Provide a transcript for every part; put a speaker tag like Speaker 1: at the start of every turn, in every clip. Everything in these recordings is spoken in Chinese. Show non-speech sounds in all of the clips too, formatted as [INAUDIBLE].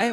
Speaker 1: 哎，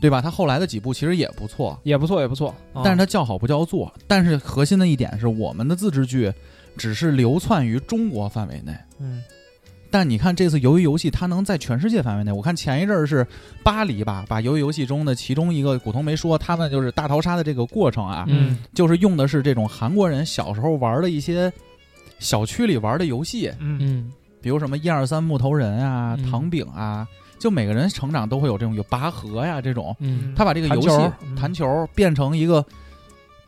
Speaker 2: 对吧？它后来的几部其实也不错，
Speaker 3: 也不错也不错，
Speaker 4: 哦
Speaker 3: 啊
Speaker 2: 但是它叫好不叫座。但是核心的一点是，我们的自制剧只是流窜于中国范围内。
Speaker 3: 嗯
Speaker 2: 但你看这次《鱿鱼游戏》，它能在全世界范围内。我看前一阵儿是巴黎吧，把《鱿鱼游戏》中的其中一个古潼没说，他们就是大逃杀的这个过程啊，
Speaker 4: 嗯
Speaker 2: 就是用的是这种韩国人小时候玩的一些小区里玩的游戏，
Speaker 3: 嗯
Speaker 4: 嗯
Speaker 2: 比如什么一二三木头人啊、
Speaker 4: 嗯
Speaker 2: 糖饼啊，就每个人成长都会有这种有拔河呀这种。
Speaker 4: 嗯
Speaker 2: 他把这个游戏
Speaker 3: 弹球嗯
Speaker 2: 弹球变成一个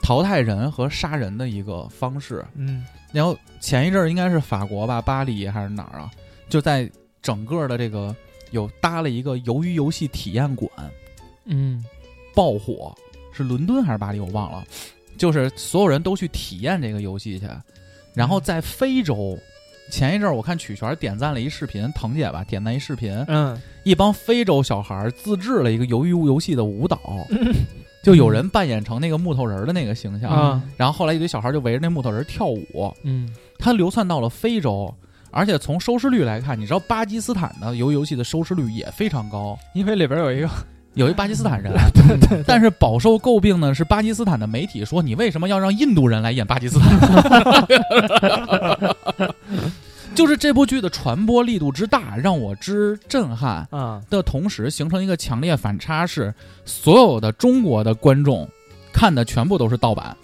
Speaker 2: 淘汰人和杀人的一个方式。
Speaker 3: 嗯
Speaker 2: 然后前一阵儿应该是法国吧，巴黎还是哪儿啊？就在整个的这个有搭了一个鱿鱼游戏体验馆，
Speaker 4: 嗯
Speaker 2: 爆火，是伦敦还是巴黎我忘了，就是所有人都去体验这个游戏去。然
Speaker 3: 嗯
Speaker 2: 后在非洲，前一阵儿我看曲璇点赞了一视频，腾姐吧点赞一视频，
Speaker 3: 嗯
Speaker 2: 一帮非洲小孩儿自制了一个鱿鱼游戏的舞蹈， [LAUGHS] 就有人扮演成那个木头人儿的那个形象，
Speaker 3: 啊
Speaker 2: 然后后来一堆小孩儿就围着那木头人儿跳舞，
Speaker 4: [LAUGHS] 嗯
Speaker 2: 它流窜到了非洲。而且从收视率来看，你知道巴基斯坦的鱿鱼游戏的收视率也非常高，
Speaker 3: 因为里边有一个
Speaker 2: 有一巴基斯坦人，
Speaker 4: 嗯
Speaker 2: 但是饱受诟病呢是巴基斯坦的媒体说你为什么要让印度人来演巴基斯坦？ [LAUGHS] 就是这部剧的传播力度之大，让我之震撼。
Speaker 3: 啊
Speaker 2: 的同时，形成一个强烈反差是，所有的中国的观众看的全部都是盗版，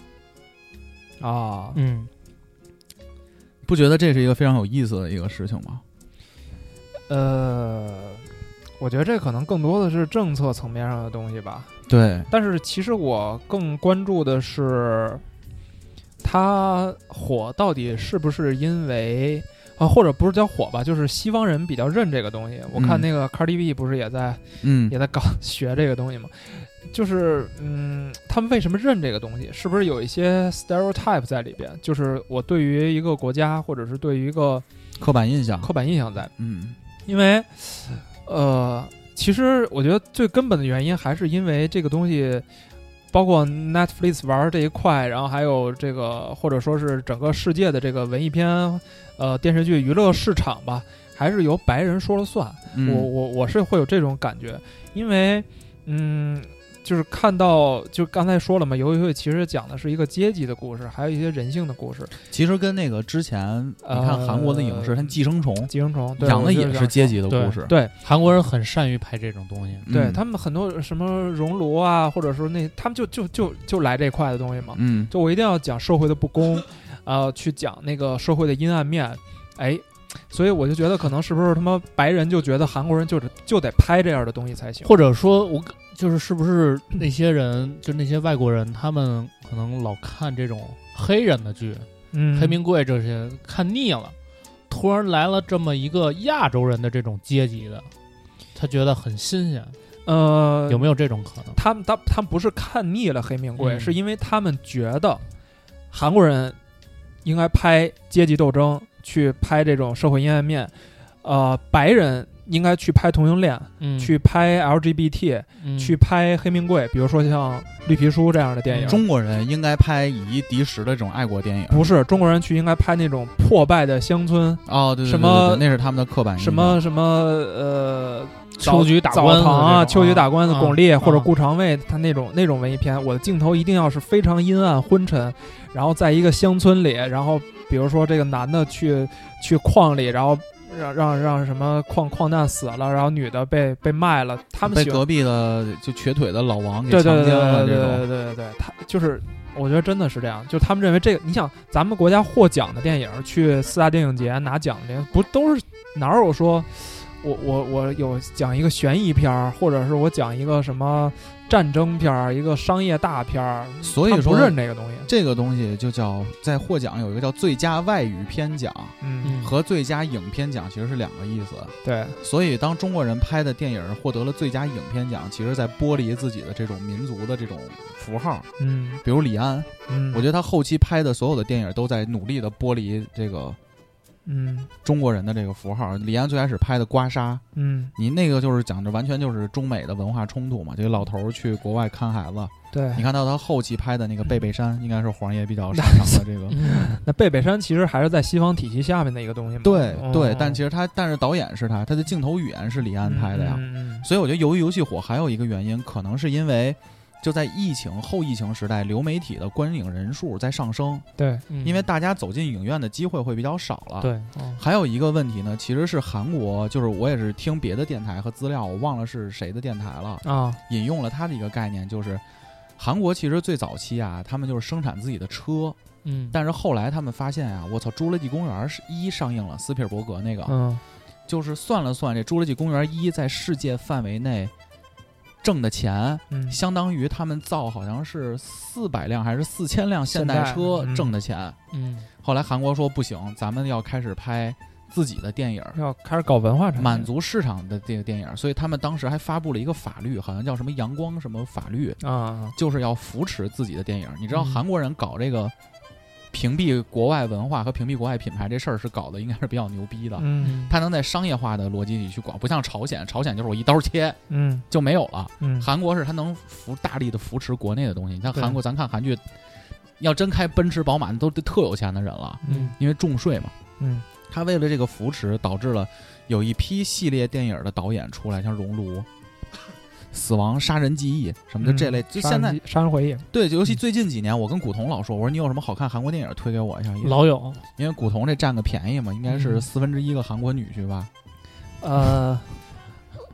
Speaker 3: 啊
Speaker 4: 嗯，
Speaker 2: 不觉得这是一个非常有意思的一个事情吗？
Speaker 3: 呃，我觉得这可能更多的是政策层面上的东西吧。
Speaker 2: 对，
Speaker 3: 但是其实我更关注的是，它火到底是不是因为啊，或者不是叫火吧，就是西方人比较认这个东西。我看
Speaker 2: 嗯
Speaker 3: 那个 Cardi B 不是也在、
Speaker 2: 嗯
Speaker 3: 也在搞学这个东西嘛，就是嗯，他们为什么认这个东西？是不是有一些 stereotype 在里边？就是我对于一个国家或者是对于一个
Speaker 2: 刻板印象，
Speaker 3: 刻板印象在。
Speaker 2: 嗯
Speaker 3: 因为，呃，其实我觉得最根本的原因还是因为这个东西，包括 Netflix 玩这一块，然后还有这个或者说是整个世界的这个文艺片，呃，电视剧娱乐市场吧，还是由白人说了算。
Speaker 2: 嗯
Speaker 3: 我我我是会有这种感觉，因为嗯，就是看到就刚才说了嘛，游戏会其实讲的是一个阶级的故事，还有一些人性的故事。
Speaker 2: 其实跟那个之前你看韩国的影视，
Speaker 3: 呃
Speaker 2: 它《寄生虫》
Speaker 3: 寄生虫对
Speaker 2: 讲
Speaker 3: 我
Speaker 2: 的
Speaker 3: 就
Speaker 2: 也
Speaker 3: 这
Speaker 2: 是
Speaker 3: 样
Speaker 2: 阶
Speaker 3: 说
Speaker 2: 级的故事，
Speaker 3: 对
Speaker 4: 韩国人很善于拍这种东西。
Speaker 3: 对
Speaker 2: 嗯，
Speaker 3: 他们很多什么熔炉啊，或者说那他们就就就就来这块的东西嘛。
Speaker 2: 嗯
Speaker 3: 就我一定要讲社会的不公，呃，去讲那个社会的阴暗面，哎，所以我就觉得可能是不是他妈白人就觉得韩国人就是就得拍这样的东西才行，
Speaker 4: 或者说，我就是是不是那些人，就那些外国人，他们可能老看这种黑人的剧，
Speaker 3: 嗯
Speaker 4: 黑名贵这些看腻了，突然来了这么一个亚洲人的这种阶级的，他觉得很新鲜，
Speaker 3: 呃
Speaker 4: 有没有这种可能？
Speaker 3: 他们他他们不是看腻了黑命贵，
Speaker 4: 嗯
Speaker 3: 是因为他们觉得韩国人应该拍阶级斗争，去拍这种社会阴暗面，呃，白人应该去拍同性恋，
Speaker 4: 嗯，
Speaker 3: 去拍 LGBT，、
Speaker 4: 嗯
Speaker 3: 去拍黑命贵，比如说像《绿皮书》这样的电影。
Speaker 2: 中国人应该拍以一敌十的这种爱国电影。
Speaker 3: 不是中国人去应该拍那种破败的乡村，
Speaker 2: 哦，对对对，
Speaker 3: 什么
Speaker 2: 对对那是他们的刻板印象
Speaker 3: 什么什么呃，
Speaker 4: 秋菊打
Speaker 3: 澡
Speaker 4: 官司
Speaker 3: 堂啊，
Speaker 4: 这种
Speaker 3: 秋菊打官司，
Speaker 4: 啊
Speaker 3: 巩俐或者
Speaker 4: 啊
Speaker 3: 顾长卫，他那种那种文艺片，我的镜头一定要是非常阴暗昏沉，然后在一个乡村里，然后比如说这个男的去去矿里，然后让让让什么矿矿难死了，然后女的被被卖了，他们
Speaker 2: 被
Speaker 3: 喜欢
Speaker 2: 隔壁的就瘸腿的老王给
Speaker 3: 对
Speaker 2: 强
Speaker 3: 对对
Speaker 2: 奸了
Speaker 3: 对对
Speaker 2: 这种。
Speaker 3: 对对对对，他就是。我觉得真的是这样，就他们认为这个，你想咱们国家获奖的电影，去四大电影节拿奖的，不都是哪有说，我我我有讲一个悬疑片儿，或者是我讲一个什么战争片儿，一个商业大片儿，
Speaker 2: 所以
Speaker 3: 他们不
Speaker 2: 说
Speaker 3: 认这个东西，
Speaker 2: 这个东西就叫在获奖有一个叫最佳外语片奖
Speaker 3: 嗯，
Speaker 4: 嗯
Speaker 2: 和最佳影片奖其实是两个意思。
Speaker 3: 对，
Speaker 2: 所以当中国人拍的电影获得了最佳影片奖，其实在剥离自己的这种民族的这种符号。
Speaker 3: 嗯
Speaker 2: 比如李安，
Speaker 3: 嗯，
Speaker 2: 我觉得他后期拍的所有的电影都在努力的剥离这个
Speaker 3: 嗯
Speaker 2: 中国人的这个符号。李安最开始拍的《刮痧》，
Speaker 3: 嗯
Speaker 2: 你那个就是讲的完全就是中美的文化冲突嘛，这个老头儿去国外看孩子，
Speaker 3: 对
Speaker 2: 你，看到他后期拍的那个《贝贝山》，应该是黄爷比较擅长的这个。
Speaker 4: 嗯
Speaker 3: 那贝贝山其实还是在西方体系下面的一个东西嘛，
Speaker 2: 对对
Speaker 3: 嗯，
Speaker 2: 但其实他，但是导演是他，他的镜头语言是李安拍的呀。
Speaker 3: 嗯嗯
Speaker 2: 所以我觉得，由于游戏火，还有一个原因，可能是因为就在疫情后疫情时代，流媒体的观影人数在上升，
Speaker 3: 对，
Speaker 4: 嗯
Speaker 2: 因为大家走进影院的机会会比较少了。。
Speaker 4: 对，
Speaker 3: 哦
Speaker 2: 还有一个问题呢，其实是韩国，就是我也是听别的电台和资料，我忘了是谁的电台了，
Speaker 3: 啊，
Speaker 2: 引用了他的一个概念，就是韩国其实最早期啊，他们就是生产自己的车，
Speaker 4: 嗯，
Speaker 2: 但是后来他们发现啊，我操，《侏罗纪公园》是一上映了，斯皮尔伯格那个，
Speaker 3: 嗯
Speaker 2: 就是算了算，这《侏罗纪公园一》在世界范围内挣的钱，
Speaker 3: 嗯
Speaker 2: 相当于他们造好像是四百辆还是四千辆现代车
Speaker 3: 现代嗯
Speaker 2: 挣的钱。
Speaker 4: 嗯
Speaker 2: 后来韩国说不行，咱们要开始拍自己的电影，
Speaker 3: 要开始搞文化产业，
Speaker 2: 满足市场的这个电影，所以他们当时还发布了一个法律，好像叫什么“阳光”什么法律，
Speaker 3: 啊，
Speaker 2: 就是要扶持自己的电影。你知道
Speaker 4: 嗯
Speaker 2: 韩国人搞这个屏蔽国外文化和屏蔽国外品牌这事儿是搞的应该是比较牛逼的，
Speaker 3: 嗯
Speaker 2: 他能在商业化的逻辑里去搞，不像朝鲜，朝鲜就是我一刀切
Speaker 3: 嗯
Speaker 2: 就没有了。
Speaker 3: 嗯，
Speaker 2: 韩国是他能扶大力的扶持国内的东西。你看
Speaker 3: 对
Speaker 2: 韩国，咱看韩剧，要真开奔驰、宝马，那都得特有钱的人了，
Speaker 3: 嗯
Speaker 2: 因为重税嘛。
Speaker 3: 嗯
Speaker 2: 他为了这个扶持，导致了有一批系列电影的导演出来，像《熔炉》。 [LAUGHS] 死亡、杀人记忆什么的
Speaker 3: 嗯
Speaker 2: 这类，就
Speaker 3: 杀
Speaker 2: 现
Speaker 3: 人
Speaker 2: 在
Speaker 3: 机杀人回忆，嗯
Speaker 2: 对，尤其最近几年，我跟古潼老说，我说你有什么好看韩国电影推给我一下？
Speaker 4: 老有
Speaker 2: 因为古潼这占个便宜嘛，应该是
Speaker 4: 嗯
Speaker 2: 四分之一个韩国女婿吧？
Speaker 3: 呃，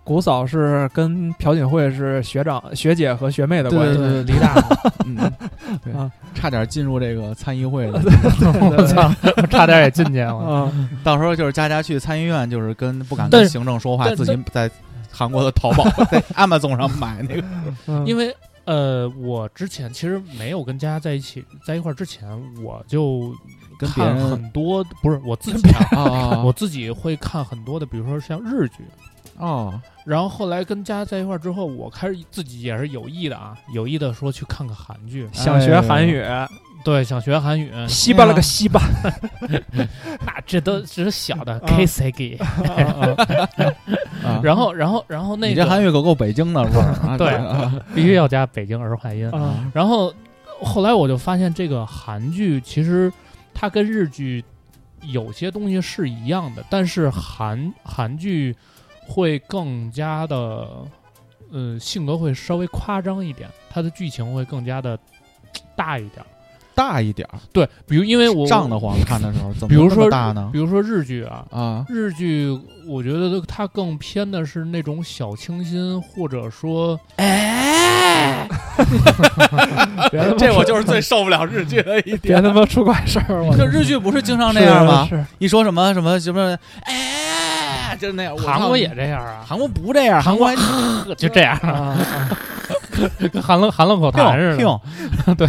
Speaker 3: 古嫂是跟朴槿惠是学长、学姐和学妹的关系。 [LAUGHS]
Speaker 2: 对
Speaker 4: 李
Speaker 2: [LAUGHS]
Speaker 4: 大，
Speaker 2: 嗯，对
Speaker 3: 啊，
Speaker 2: 差点进入这个参议会了。
Speaker 4: 我
Speaker 3: [LAUGHS]
Speaker 4: 操，差点也进去了。
Speaker 3: 啊，
Speaker 2: 到时候就是佳佳去参议院，就是跟不敢
Speaker 4: 但
Speaker 2: 跟
Speaker 4: 是
Speaker 2: 行政说话，
Speaker 4: 但
Speaker 2: 自己在韩国的淘宝 [LAUGHS] 在 Amazon 上买那个。嗯
Speaker 4: 因
Speaker 3: 为
Speaker 4: 为呃，我之前其实没有跟佳佳在一起，在一块儿之前，我就
Speaker 2: 跟别
Speaker 4: 看
Speaker 2: 人
Speaker 4: 很多，不是我自己啊， [LAUGHS]
Speaker 2: 啊，
Speaker 4: 我自己会看很多的，比如说像日剧，
Speaker 2: 哦，
Speaker 4: 然后后来跟家在一块儿之后，我开始自己也是有意的啊，有意的说去看看韩剧，
Speaker 3: 想学
Speaker 2: 哎
Speaker 3: 韩语，
Speaker 4: 对，想学韩语，
Speaker 2: [LAUGHS]
Speaker 3: 西巴了个西巴，
Speaker 4: 那这都只是小的
Speaker 2: 嗯
Speaker 3: 啊
Speaker 4: k i s s g
Speaker 2: 啊
Speaker 4: [LAUGHS] 然后，然后，然后那
Speaker 2: 嗯你这
Speaker 4: 个
Speaker 2: 韩语可够北京的味儿 [LAUGHS] 啊！
Speaker 4: 对
Speaker 2: 啊
Speaker 4: 必须要加北京儿化音。
Speaker 3: 啊
Speaker 4: 然后后来我就发现，这个韩剧其实它跟日剧有些东西是一样的，但是韩韩剧会更加的，呃，性格会稍微夸张一点，它的剧情会更加的大一点。
Speaker 2: 大一点儿，
Speaker 4: 对，比如因为我
Speaker 2: 胀得慌，看的时候怎么
Speaker 4: 比如
Speaker 2: 这
Speaker 4: 说
Speaker 2: 么大呢
Speaker 4: 比？如说日剧啊，
Speaker 2: 啊，
Speaker 4: 日剧我觉得它更偏的是那种小清新，或者说，哎，
Speaker 3: [LAUGHS] 别他妈
Speaker 2: [LAUGHS] 这我就是最受不了日剧的一
Speaker 3: 别
Speaker 2: 点。
Speaker 3: 他妈出怪事儿，
Speaker 2: [LAUGHS]
Speaker 3: 我
Speaker 2: 这日剧不是经常
Speaker 3: 是
Speaker 2: 那样吗？
Speaker 3: 是
Speaker 2: 一说什么什么什么，哎，就是那样。我操
Speaker 4: 韩国也这样啊，
Speaker 2: 韩国不这样，韩国还
Speaker 4: 就这样，
Speaker 3: 啊，
Speaker 4: [LAUGHS] 跟含冷含冷口痰似的。对，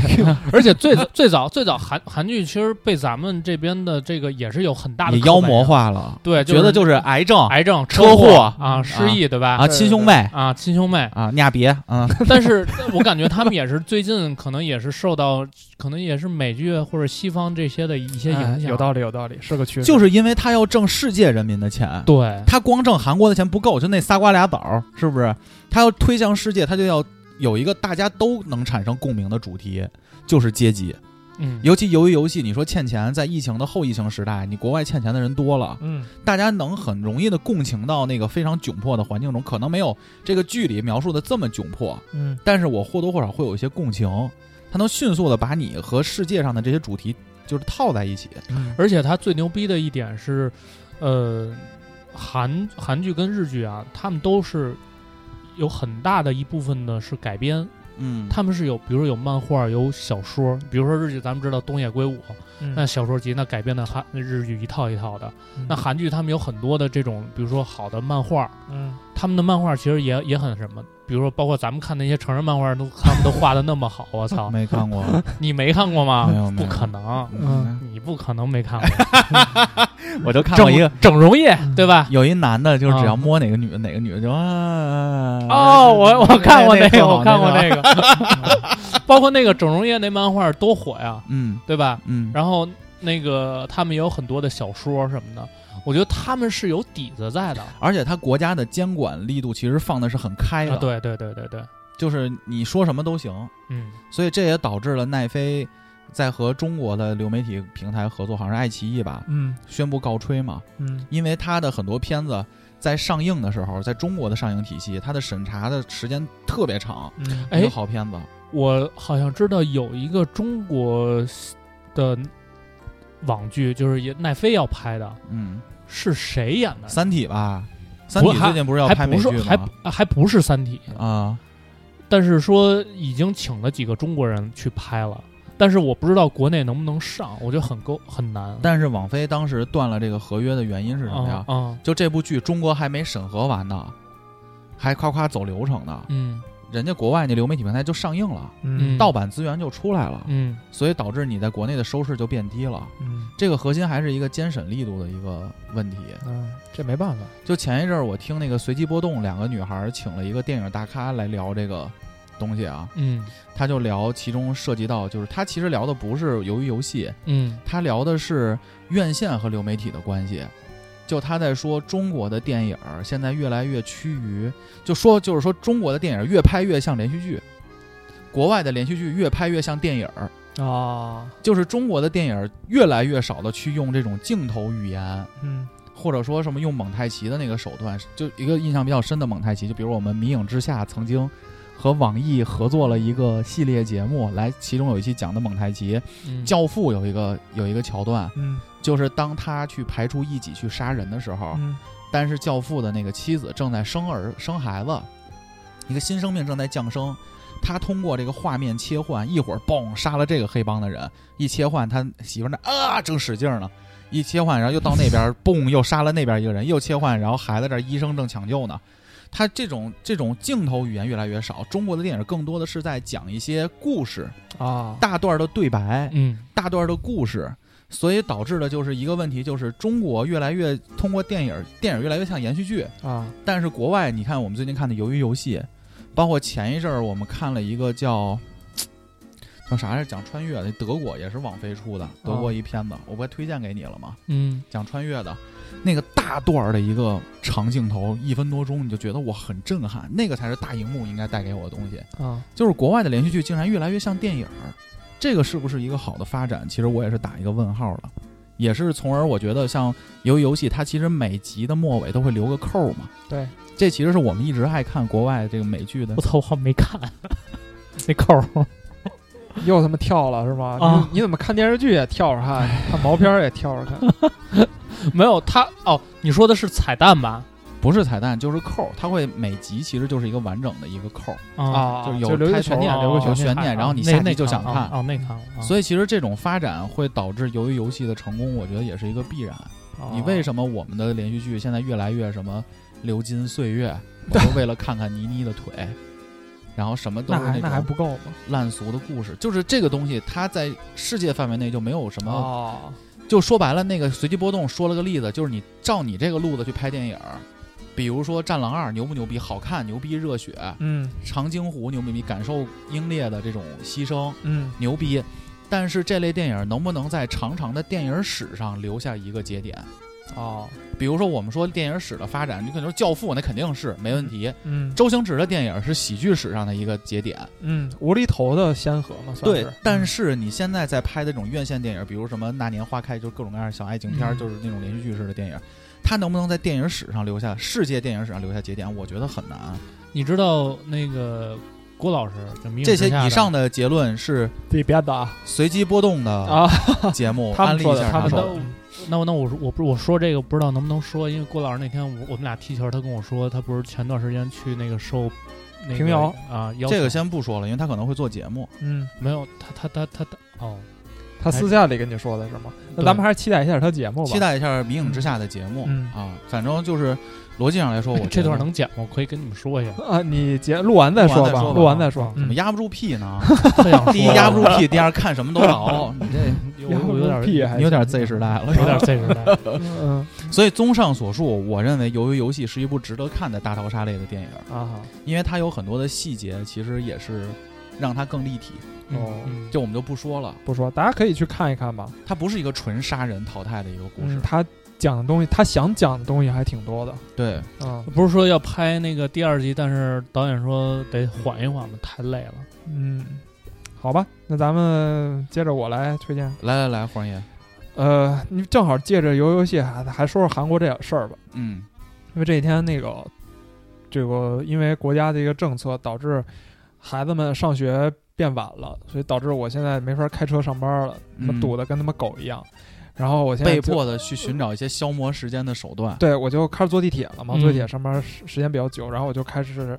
Speaker 4: 而且最早 [LAUGHS] 最早最早韩韩剧其实被咱们这边的这个也是有很大的
Speaker 2: 你
Speaker 4: 刻板
Speaker 2: 妖
Speaker 4: 印
Speaker 2: 魔
Speaker 4: 象，
Speaker 2: 化了，
Speaker 4: 对，
Speaker 2: 觉得
Speaker 4: 就
Speaker 2: 就
Speaker 4: 是
Speaker 2: 是癌症
Speaker 4: 癌症、
Speaker 2: 车祸
Speaker 4: 祸啊、失忆，对吧？
Speaker 2: 啊，亲兄妹
Speaker 4: 啊，亲兄妹，
Speaker 2: 啊，俩别啊，
Speaker 4: 但是我感觉他们也是最近可能也是受到，可能也是美剧或者西方这些的一些
Speaker 3: 哎
Speaker 4: 影响，
Speaker 3: 有道理有道理，是个趋势，
Speaker 2: 就是因为他要挣世界人民的钱，
Speaker 4: 对
Speaker 2: 他光挣韩国的钱不够，就那仨瓜俩枣儿，是不是？他要推向世界，他就要有一个大家都能产生共鸣的主题，就是阶级。
Speaker 4: 嗯，
Speaker 2: 尤其由于游戏，你说欠钱，在疫情的后疫情时代，你国外欠钱的人多了，
Speaker 3: 嗯
Speaker 2: 大家能很容易的共情到那个非常窘迫的环境中，可能没有这个剧里描述的这么窘迫，
Speaker 3: 嗯
Speaker 2: 但是我或多或少会有一些共情，它能迅速的把你和世界上的这些主题就是套在一起。
Speaker 3: 嗯
Speaker 4: 而且他最牛逼的一点是，呃，韩韩剧跟日剧啊，他们都是有很大的一部分呢是改编，
Speaker 2: 嗯 [LAUGHS]
Speaker 4: 他们是有，比如说有漫画、有小说，比如说日剧，咱们知道东野圭吾，
Speaker 3: 嗯
Speaker 4: 那小说集那改编的韩日剧一套一套的，
Speaker 2: 嗯
Speaker 4: 那韩剧他们有很多的这种，比如说好的漫画，
Speaker 3: 嗯
Speaker 4: 他们的漫画其实也也很什么。比如说，包括咱们看那些成人漫画，都他们都画的那么好，我操！
Speaker 2: 没看过，
Speaker 4: 你没看过
Speaker 2: 没有
Speaker 4: 吗？
Speaker 2: 没
Speaker 4: 不
Speaker 2: 有
Speaker 4: 可能，
Speaker 3: 嗯，
Speaker 4: 你不可能没看过。
Speaker 2: 嗯我就看
Speaker 4: 整
Speaker 2: 过一个，
Speaker 4: 整容液，
Speaker 2: 嗯
Speaker 4: 对吧？
Speaker 2: 有一男的，就是只要
Speaker 4: 啊
Speaker 2: 摸哪个女的，哪个女的就啊。哎
Speaker 4: 哦，我我看过那
Speaker 2: 那
Speaker 4: 个，我看过
Speaker 2: 那
Speaker 4: 那个，包括那个 [LAUGHS] 整容液那漫画多火呀，
Speaker 2: 嗯
Speaker 4: 对吧？
Speaker 2: 嗯，
Speaker 4: 然后那个他们有很多的小说什么的，我觉得他们是有底子在的。啊，
Speaker 2: 而且他国家的监管力度其实放的是很开的，，
Speaker 4: 对对对对嗯对，
Speaker 2: 就是你说什么都行，
Speaker 4: 嗯，
Speaker 2: 所以这也导致了奈飞在和中国的流媒体平台合作，好像是爱奇艺吧，
Speaker 3: 嗯
Speaker 2: 宣布告吹嘛，
Speaker 3: 嗯
Speaker 2: 因为他的很多片子在上映的时候，在中国的上映体系，它的审查的时间特别长，
Speaker 3: 嗯，
Speaker 2: 一
Speaker 4: 哎
Speaker 2: 个，好片子，
Speaker 4: 我好像知道有一个中国的网剧，就是也奈飞要拍的，
Speaker 2: 嗯，
Speaker 4: 是谁演的？
Speaker 2: 《三体》吧，《三体
Speaker 4: 不》还
Speaker 2: 最近不是要
Speaker 4: 还
Speaker 2: 拍美
Speaker 4: 不是
Speaker 2: 剧
Speaker 4: 还
Speaker 2: 吗？
Speaker 4: 还不是《三体》
Speaker 2: 啊，
Speaker 4: 但是说已经请了几个中国人去拍了，但是我不知道国内能不能上，我觉得很够很难。
Speaker 2: 但是网飞当时断了这个合约的原因是什么呀
Speaker 4: 啊？啊
Speaker 2: 就这部剧中国还没审核完呢，还夸夸走流程呢，
Speaker 4: 嗯
Speaker 2: 人家国外那流媒体平台就上映了，
Speaker 3: 嗯
Speaker 2: 盗版资源就出来了，
Speaker 4: 嗯
Speaker 2: 所以导致你在国内的收视就变低了。
Speaker 3: 嗯
Speaker 2: 这个核心还是一个监审力度的一个问题。
Speaker 3: 嗯，这没办法，
Speaker 2: 就前一阵儿我听那个随机波动，两个女孩儿请了一个电影大咖来聊这个东西啊，
Speaker 4: 嗯
Speaker 2: 他就聊其中涉及到，就是他其实聊的不是鱿鱼游戏，
Speaker 4: 嗯
Speaker 2: 他聊的是院线和流媒体的关系。就他在说中国的电影儿现在越来越趋于，就说就是说中国的电影儿越拍越像连续剧，国外的连续剧越拍越像电影儿，
Speaker 3: 哦，
Speaker 2: 就是中国的电影儿越来越少的去用这种镜头语言，
Speaker 3: 嗯
Speaker 2: 或者说什么用蒙太奇的那个手段，就一个印象比较深的蒙太奇，就比如我们《迷影之下》曾经和网易合作了一个系列节目，来其中有一期讲的蒙太奇，
Speaker 4: 嗯
Speaker 2: 《教父》有一个有一个桥段，
Speaker 3: 嗯
Speaker 2: 就是当他去排除异己去杀人的时候，
Speaker 3: 嗯
Speaker 2: 但是教父的那个妻子正在生儿生孩子，一个新生命正在降生。他通过这个画面切换，一会儿嘣杀了这个黑帮的人，一切换他媳妇儿那啊正使劲儿呢，一切换然后又到那边儿嘣又杀了那边一个人，又切换然后孩子这儿医生正抢救呢。他这种这种镜头语言越来越少，中国的电影更多的是在讲一些故事，
Speaker 3: 啊，
Speaker 2: 大段儿的对白，
Speaker 4: 嗯
Speaker 2: 大段儿的故事，所以导致的就是一个问题，就是中国越来越通过电影，电影越来越像延续剧，
Speaker 3: 啊，
Speaker 2: 但是国外你看我们最近看的《鱿鱼游戏》，包括前一阵儿我们看了一个叫叫啥来着，讲穿越的，德国也是网飞出的，德国一片子，我不还推荐给你了吗？
Speaker 3: 嗯
Speaker 2: 讲穿越的，那个大段儿的一个长镜头，一分多钟，你就觉得哇很震撼，那个才是大荧幕应该带给我的东西。
Speaker 3: 啊，
Speaker 2: 就是国外的连续剧竟然越来越像电影儿，这个是不是一个好的发展？其实我也是打一个问号了，也是从而我觉得像由于游戏，它其实每集的末尾都会留个扣儿嘛。
Speaker 3: 对，
Speaker 2: 这其实是我们一直爱看国外这个美剧的
Speaker 4: 我。操，我好像没
Speaker 2: [LAUGHS]
Speaker 4: 看那扣儿。
Speaker 3: 又他妈跳了是吗？
Speaker 4: 啊
Speaker 3: 你你怎么看电视剧也跳着 [LAUGHS] 看，看毛片儿也跳着看？
Speaker 4: [LAUGHS]
Speaker 3: [LAUGHS]
Speaker 4: 没有他哦，你说的是彩蛋吧？
Speaker 2: 不是彩蛋就是扣儿，它会每集其实就是一个完整的一个扣儿，
Speaker 4: 啊，
Speaker 3: 啊，
Speaker 2: 就是
Speaker 3: 就
Speaker 2: 有
Speaker 3: 留一
Speaker 2: 开
Speaker 3: 个
Speaker 2: 头
Speaker 3: 悬念，留个
Speaker 2: 有
Speaker 3: 悬念。啊
Speaker 2: 悬念然后你下集就想看
Speaker 4: 哦，啊那看了。
Speaker 2: 所以其实这种发展会导致由于游戏的成功，我觉得也是一个必然。你为
Speaker 3: 么？
Speaker 2: 什么我们的连续剧现在越来越什么流金岁
Speaker 3: [LAUGHS]
Speaker 2: 月，我就为了看看倪妮的腿，然后什么都
Speaker 3: 那
Speaker 2: 是
Speaker 3: 还
Speaker 2: 种
Speaker 3: 那还不够吗？
Speaker 2: 烂俗的故事，就是这个东西，它在世界范围内就没有什么。
Speaker 3: 哦，
Speaker 2: 就说白了，那个随机波动说了个例子，就是你照你这个路子去拍电影儿，比如说《战狼二》牛不牛逼？好看，牛逼热血；
Speaker 3: 嗯
Speaker 2: 《长津湖》牛不牛逼？感受英烈的这种牺牲，
Speaker 3: 嗯，
Speaker 2: 牛逼。但是这类电影能不能在长长的电影史上留下一个节点？
Speaker 3: 哦，
Speaker 2: 比如说我们说电影史的发展，你可能说《教父》那肯定是没问题。
Speaker 3: 嗯
Speaker 2: 周星驰的电影是喜剧史上的一个节点，
Speaker 3: 嗯，无厘头的先河嘛，算是。
Speaker 2: 但是你现在在拍的这种院线电影，比如什么《那年花开》，就是各种各样的小爱情片，
Speaker 3: 嗯
Speaker 2: 就是那种连续剧式的电影，它能不能在电影史上留下世界电影史上留下节点？我觉得很难。啊
Speaker 4: 你知道那个郭老师就迷影
Speaker 2: 这些
Speaker 4: 之下的
Speaker 2: 以上的结论是
Speaker 3: 自己编的啊
Speaker 2: 随机波动的
Speaker 3: 啊，
Speaker 2: 节目，
Speaker 3: 他
Speaker 2: 安
Speaker 3: 们
Speaker 2: 利一
Speaker 3: 说的，
Speaker 2: 下
Speaker 3: 他们
Speaker 2: 说
Speaker 3: 说
Speaker 2: 的
Speaker 3: 的。
Speaker 4: 啊那我那我说我不是我说这个不知道能不能说，因为郭老师那天我我们俩踢球，他跟我说他不是前段时间去那个受那个
Speaker 3: 平遥
Speaker 4: 啊，邀
Speaker 2: 这个
Speaker 4: 请
Speaker 2: 先不说了，因为他可能会做节目。
Speaker 3: 嗯，
Speaker 4: 没有他他他他他哦，
Speaker 3: 他私下里跟你说的是吗？那咱们还是期待一下他节目吧。
Speaker 2: 期待一下《迷影之下》的节目、
Speaker 3: 嗯
Speaker 2: 啊，反正就是逻辑上来
Speaker 3: [LAUGHS]
Speaker 2: 说，我
Speaker 4: 这
Speaker 2: 觉
Speaker 4: 段
Speaker 2: 得
Speaker 4: 能剪吗？我可以跟你们说一下，
Speaker 2: [LAUGHS]
Speaker 3: 啊，你节录完再说吧，录
Speaker 2: 录
Speaker 3: 完
Speaker 4: 完
Speaker 3: 再
Speaker 4: 再
Speaker 3: 说
Speaker 4: 说。
Speaker 2: 怎么压不住屁呢？
Speaker 4: 特想
Speaker 2: [LAUGHS]
Speaker 4: 说
Speaker 2: 第一压不住屁，第二看什么都倒，你这
Speaker 4: 有有有点
Speaker 3: 嗯屁还
Speaker 2: 你有点 Z 时代了。
Speaker 4: [LAUGHS] 有点这时代，
Speaker 2: 哦
Speaker 3: 嗯
Speaker 2: [LAUGHS] 所以综上所述，我认为《鱿鱼游戏》是一部值得看的大逃杀类的电影，
Speaker 3: 啊，
Speaker 2: 因为它有很多的细节，其实也是让它更立体。
Speaker 3: 哦
Speaker 4: 嗯，
Speaker 2: 这我们就不说了，
Speaker 3: 不说，大家可以去看一看吧。
Speaker 2: 它不是一个纯杀人淘汰的一个故事。
Speaker 3: 嗯，他讲的东西，他想讲的东西还挺多的。
Speaker 2: 对，
Speaker 3: 嗯
Speaker 4: 不是说要拍那个第二集，但是导演说得缓一缓吧，太累了。
Speaker 3: 嗯，好吧，那咱们接着我来推荐。
Speaker 2: 来来来，黄爷，
Speaker 3: 呃，你正好借着游游戏还还说说韩国这点事儿吧，
Speaker 2: 嗯
Speaker 3: 因为这几天那个这个因为国家的一个政策，导致孩子们上学变晚了，所以导致我现在没法开车上班了，他妈
Speaker 2: 嗯
Speaker 3: 堵得跟他妈狗一样。然后我现在
Speaker 2: 被
Speaker 3: 就
Speaker 2: 迫的去寻找一些消磨时间的手段。
Speaker 3: 对，我就开始坐地铁了嘛，坐地铁
Speaker 4: 嗯
Speaker 3: 上班时时间比较久，然后我就开始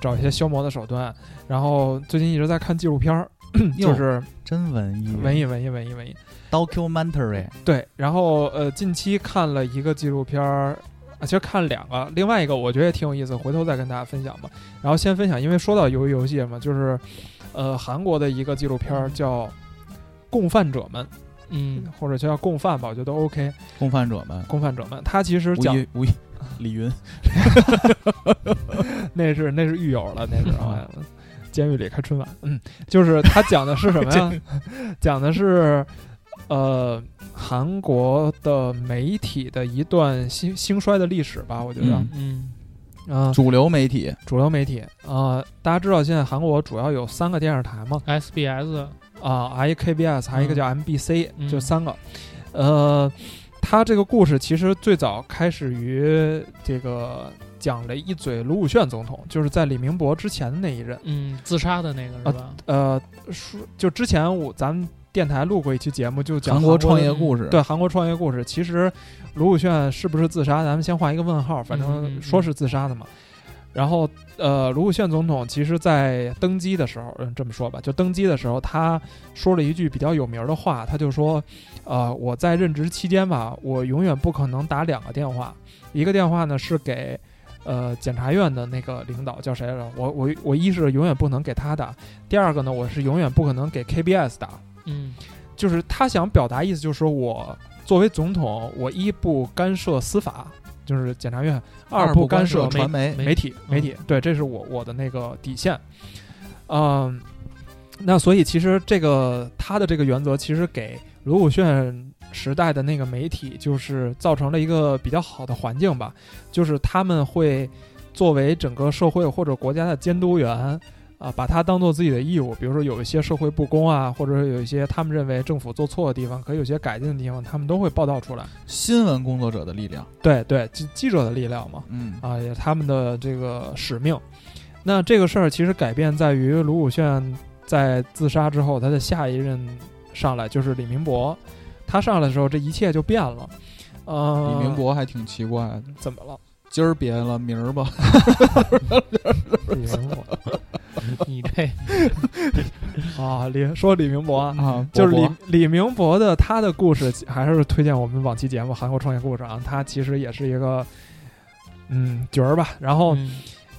Speaker 3: 找一些消磨的手段。然后最近一直在看纪录片儿，就
Speaker 2: 哟
Speaker 3: 是
Speaker 2: 真文艺，
Speaker 3: 文艺、文艺、文艺、文艺。
Speaker 2: documentary，
Speaker 3: 对，然后呃，近期看了一个纪录片儿。啊其实看两个，另外一个我觉得也挺有意思，回头再跟大家分享吧。然后先分享，因为说到鱿鱼游戏嘛，就是，呃，韩国的一个纪录片儿叫《共犯者们
Speaker 4: 嗯》，
Speaker 3: 或者叫《共犯》吧，我觉得都 OK。
Speaker 2: 共犯者们，
Speaker 3: 共犯者们，他其实
Speaker 2: 吴
Speaker 3: 讲
Speaker 2: 亦吴亦李云，
Speaker 3: 那是那是狱友了，那是
Speaker 4: [LAUGHS]
Speaker 3: 啊，监狱里开春晚。嗯，就是他讲的是什
Speaker 4: [LAUGHS]
Speaker 3: 么呀？讲的是呃韩国的媒体的一段兴兴衰的历史吧，我觉得啊
Speaker 2: 嗯、
Speaker 4: 嗯
Speaker 2: 主流媒体，
Speaker 3: 主流媒体啊、大家知道现在韩国主要有三个电视台嘛，
Speaker 4: ，SBS
Speaker 3: 啊、还一 KBS，还有一个
Speaker 4: 嗯
Speaker 3: 叫 MBC，、
Speaker 4: 嗯
Speaker 3: 就三个，呃。他这个故事其实最早开始于这个讲了一嘴卢武铉总统，就是在李明博之前的那一任。
Speaker 4: 嗯自杀的那个是吧？
Speaker 3: 呃，说就之前我咱们电台录过一期节目，就讲
Speaker 2: 韩国
Speaker 3: 的
Speaker 2: 创业故事，
Speaker 3: 对韩国创业故事。其实卢武铉是不是自杀，咱们先画一个问号，反
Speaker 4: 嗯嗯
Speaker 3: 正
Speaker 4: 嗯
Speaker 3: 说是自杀的嘛。然后呃，卢武铉总统其实在登基的时候，嗯，这么说吧，就登基的时候，他说了一句比较有名儿的话，他就说，呃，我在任职期间吧，我永远不可能打两个电话，一个电话呢是给。呃，检察院的那个领导叫谁来着？我我我一是永远不能给他打，第二个呢，我是永远不可能给 KBS 打，
Speaker 4: 嗯
Speaker 3: 就是他想表达意思就是说我作为总统，我一不干涉司法，就是检察院；
Speaker 2: 二
Speaker 3: 不
Speaker 2: 不干
Speaker 3: 涉
Speaker 2: 涉
Speaker 3: 媒
Speaker 5: 传媒
Speaker 3: 媒体
Speaker 4: 嗯
Speaker 3: 媒体，对，这是我我的那个底线。嗯，那所以其实这个他的这个原则，其实给卢武铉时代的那个媒体，就是造成了一个比较好的环境吧，就是他们会作为整个社会或者国家的监督员。啊，把它当做自己的义务，比如说有一些社会不公啊，或者说有一些他们认为政府做错的地方，可有些改进的地方，他们都会报道出来。
Speaker 2: 嗯新闻工作者的力量，
Speaker 3: 对对，记记者的力量嘛，
Speaker 2: 嗯，
Speaker 3: 啊，也他们的这个使命。那这个事儿其实改变在于卢武铉在自杀之后，他的下一任上来就是李明博，他上来的时候，这一切就变了。呃，
Speaker 2: 李明博还挺奇怪的，
Speaker 3: 怎么
Speaker 2: [LAUGHS]
Speaker 3: 了？
Speaker 2: 今儿别了，明儿吧，
Speaker 3: 李明博
Speaker 4: 你 [LAUGHS] 这
Speaker 3: 啊，李说李明博啊， [LAUGHS]
Speaker 2: 啊，
Speaker 3: 就是
Speaker 2: 伯
Speaker 3: 李
Speaker 2: 伯
Speaker 3: 李明博的他的故事，还是推荐我们往期节目《韩国创业故事》啊，他其实也是一个嗯角儿吧。然后、
Speaker 4: 嗯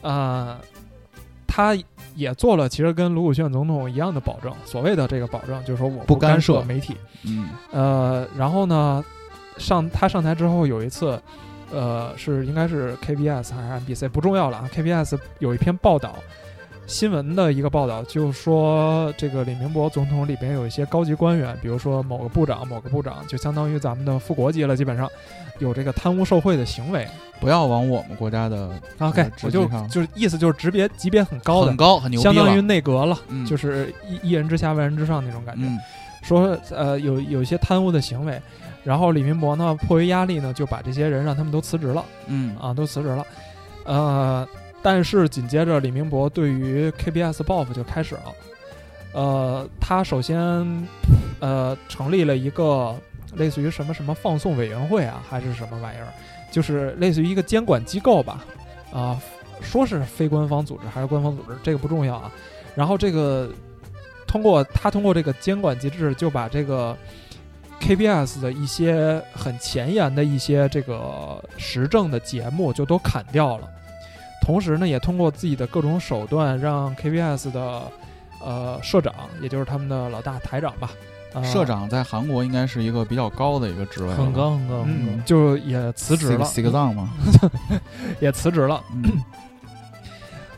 Speaker 3: 呃，他也做了其实跟卢武铉总统一样的保证，所谓的这个保证就是说我
Speaker 5: 不干
Speaker 3: 干涉
Speaker 5: 涉
Speaker 3: 媒体。
Speaker 2: 嗯，
Speaker 3: 呃，然后呢，上他上台之后有一次，呃，是应该是 KBS 还是 MBC 不重要了啊，KBS 有一篇报道。新闻的一个报道，就说这个李明博总统里边有一些高级官员，比如说某个部长、某个部长，就相当于咱们的副国级了，基本上有这个贪污受贿的行为。
Speaker 2: 不要往我们国家的
Speaker 3: 啊 OK，
Speaker 2: 职
Speaker 3: 我就
Speaker 2: 级上
Speaker 3: 就是意思就是级别级别很 [LAUGHS] 高的
Speaker 2: 很，高很牛逼
Speaker 3: 相
Speaker 2: 了，
Speaker 3: 当于内阁了，
Speaker 2: 嗯
Speaker 3: 就是一一人之下万人之上那种感觉。
Speaker 2: 嗯
Speaker 3: 说呃有有一些贪污的行为，然后李明博呢迫于压力呢就把这些人让他们都辞职了
Speaker 2: 嗯
Speaker 3: 啊，都辞职了，呃，但是紧接着李明博对于 KBS 报复就开始了，呃，他首先呃成立了一个类似于什么什么放送委员会啊，还是什么玩意儿，就是类似于一个监管机构吧，啊、说是非官方组织还是官方组织，这个不重要啊。然后这个通过他通过这个监管机制，就把这个 KBS 的一些很前沿的一些这个时政的节目就都砍掉了，同时呢，也通过自己的各种手段让 KBS 的呃社长，也就是他们的老大台长吧，呃、
Speaker 2: 社长在韩国应该是一个比较高的一个职位了，
Speaker 4: 很高很高很高
Speaker 3: 嗯，就也辞职了，
Speaker 2: 洗个脏嘛，
Speaker 3: 也辞职了。
Speaker 2: 嗯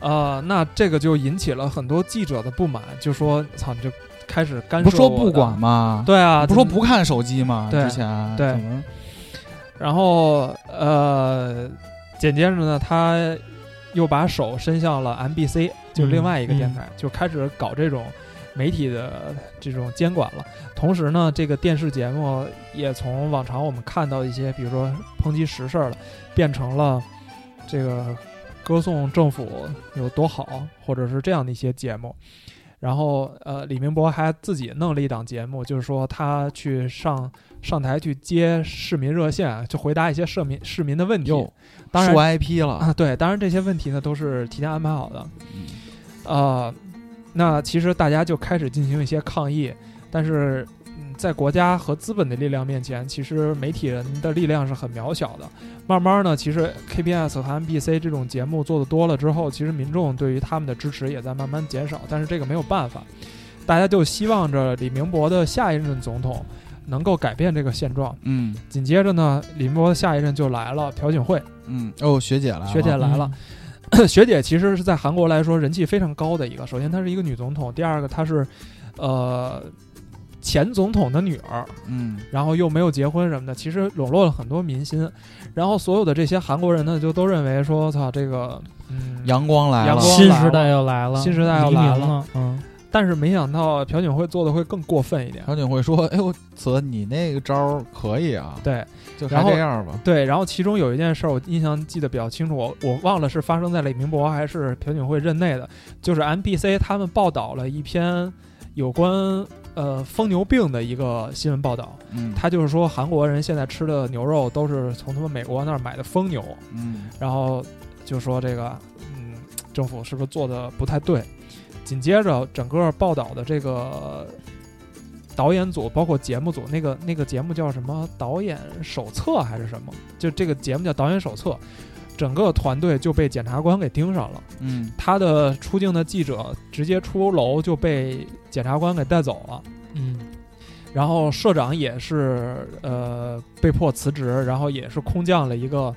Speaker 3: 呃，那这个就引起了很多记者的不满，就说：“操，你就开始干涉
Speaker 2: 不说
Speaker 3: 嗯我
Speaker 2: 不
Speaker 3: 的
Speaker 2: 管吗？
Speaker 3: 对啊，
Speaker 2: 不说
Speaker 3: 怎么
Speaker 2: 不看手机吗？
Speaker 3: 对
Speaker 2: 之前啊
Speaker 3: 对
Speaker 2: 怎么
Speaker 3: 然后呃，紧接着呢，他又把手伸向了 MBC，就是另外一个电台，
Speaker 2: 嗯
Speaker 3: 就开始搞这种媒体的这种监管了。同时呢，这个电视节目也从往常我们看到一些，比如说抨击时事儿了，变成了这个歌颂政府有多好，或者是这样的一些节目。然后，呃，李明博还自己弄了一档节目，就是说他去上上台去接市民热线，就回答一些市民市民的问题。
Speaker 2: 哟
Speaker 3: 当然
Speaker 2: 说 IP 了？
Speaker 3: 啊，对，当然这些问题呢都是提前安排好的。
Speaker 2: 嗯
Speaker 3: 呃，那其实大家就开始进行一些抗议，但是、嗯、在国家和资本的力量面前，其实媒体人的力量是很渺小的。慢慢呢，其实 KBS 和 MBC 这种节目做的多了之后，其实民众对于他们的支持也在慢慢减少，但是这个没有办法，大家就希望着李明博的下一任总统能够改变这个现状。
Speaker 2: 嗯
Speaker 3: 紧接着呢，李明博的下一任就来了，朴槿惠
Speaker 2: 嗯哦，学姐来了，
Speaker 3: 学姐来了。
Speaker 4: 嗯
Speaker 3: [CLEARS THROAT] 学姐其实是在韩国来说人气非常高的一个。首先，她是一个女总统；第二个，她是，呃，前总统的女儿，
Speaker 2: 嗯
Speaker 3: 然后又没有结婚什么的，其实笼络了很多民心。然后，所有的这些韩国人呢，就都认为说，操，这个，嗯，
Speaker 2: 阳光来
Speaker 3: 阳
Speaker 2: 了
Speaker 3: 光，
Speaker 4: 新时代要来了，
Speaker 3: 新时代要
Speaker 4: 黎
Speaker 3: 来
Speaker 4: 明
Speaker 3: 了
Speaker 4: 了，嗯，
Speaker 3: 但是没想到朴槿惠做的会更过分一点。
Speaker 2: 朴槿惠说：“哎呦，子，你那个招儿可以啊，
Speaker 3: 对
Speaker 2: 就
Speaker 3: 然
Speaker 2: 还
Speaker 3: 后
Speaker 2: 这样吧。
Speaker 3: 对，然后其中有一件事儿我印象记得比较清楚，我我忘了是发生在李明博还是朴槿惠任内的，就是 MBC 他们报道了一篇有关呃疯牛病的一个新闻报道，”
Speaker 2: 嗯，
Speaker 3: 他就是说韩国人现在吃的牛肉都是从他们美国那儿买的疯牛，
Speaker 2: 嗯
Speaker 3: 然后就说这个嗯政府是不是做的不太对？紧接着整个报道的这个导演组，包括节目组，那个那个节目叫什么？导演手册还是什么？就这个节目叫导演手册。整个团队就被检察官给盯上了，
Speaker 2: 嗯
Speaker 3: 他的出境的记者直接出楼就被检察官给带走了。
Speaker 4: 嗯，
Speaker 3: 然后社长也是呃被迫辞职，然后也是空降了一个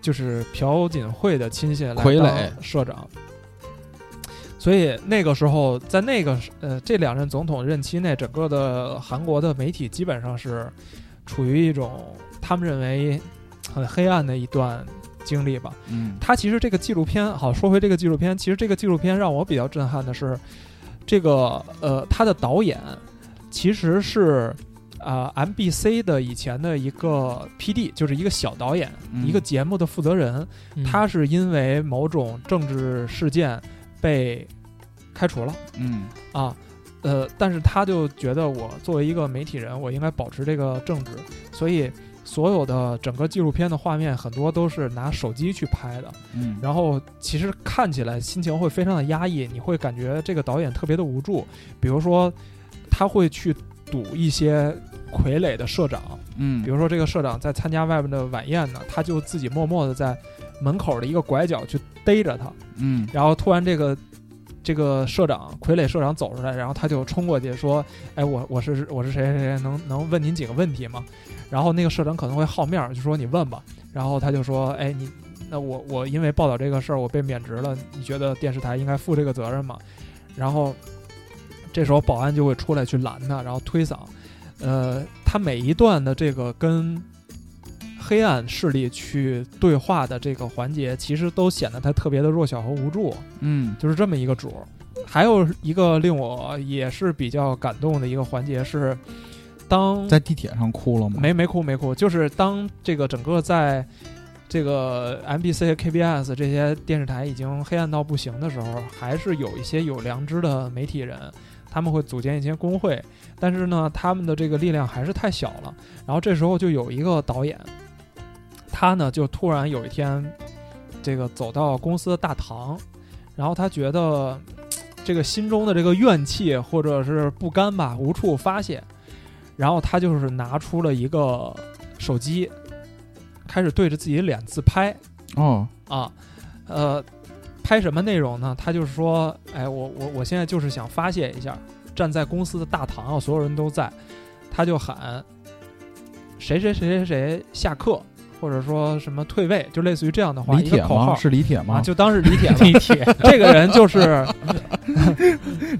Speaker 3: 就是朴槿惠的亲信来
Speaker 2: 傀儡
Speaker 3: 当社长。所以那个时候，在那个时呃这两任总统任期内，整个的韩国的媒体基本上是处于一种他们认为很黑暗的一段经历吧。
Speaker 2: 嗯，
Speaker 3: 他其实这个纪录片，好说回这个纪录片，其实这个纪录片让我比较震撼的是，这个呃，他的导演其实是呃 MBC 的以前的一个 PD，就是一个小导演，
Speaker 2: 嗯
Speaker 3: 一个节目的负责人，
Speaker 4: 嗯
Speaker 3: 他是因为某种政治事件被开除了
Speaker 2: 嗯
Speaker 3: 啊。呃，但是他就觉得我作为一个媒体人，我应该保持这个正直，所以所有的整个纪录片的画面很多都是拿手机去拍的，
Speaker 2: 嗯，
Speaker 3: 然后其实看起来心情会非常的压抑，你会感觉这个导演特别的无助。比如说，他会去赌一些傀儡的社长，
Speaker 2: 嗯，
Speaker 3: 比如说这个社长在参加外面的晚宴呢，他就自己默默的在门口的一个拐角去逮着他，
Speaker 2: 嗯
Speaker 3: 然后突然这个。这个社长傀儡社长走出来，然后他就冲过去说：“哎，我我是我是谁谁谁，能能问您几个问题吗？”然后那个社长可能会好面儿，就说：“你问吧。”然后他就说：“哎，你那我我因为报道这个事儿，我被免职了，你觉得电视台应该负这个责任吗？”然后这时候保安就会出来去拦他，然后推搡。呃，他每一段的这个跟黑暗势力去对话的这个环节，其实都显得他特别的弱小和无助。
Speaker 2: 嗯
Speaker 3: 就是这么一个主儿。还有一个令我也是比较感动的一个环节是，当
Speaker 2: 在地铁上哭了吗？
Speaker 3: 没没哭没哭，就是当这个整个在这个 MBC、KBS 这些电视台已经黑暗到不行的时候，还是有一些有良知的媒体人，他们会组建一些工会，但是呢，他们的这个力量还是太小了。然后这时候就有一个导演，他呢就突然有一天，这个走到公司的大堂，然后他觉得。这个心中的这个怨气或者是不甘吧，无处发泄，然后他就是拿出了一个手机，开始对着自己脸自拍
Speaker 2: 哦，
Speaker 3: 啊，呃，拍什么内容呢？他就是说，哎，我我我现在就是想发泄一下，站在公司的大堂啊，所有人都在，他就喊谁谁谁谁谁下课，或者说什么退位，就类似于这样的话，
Speaker 2: 李
Speaker 3: 一个
Speaker 2: 铁
Speaker 3: 口号
Speaker 2: 吗？是李铁
Speaker 3: 啊，
Speaker 2: 吗？
Speaker 3: 就当是李铁了。
Speaker 4: 地铁
Speaker 2: [LAUGHS]
Speaker 3: 这个人就是，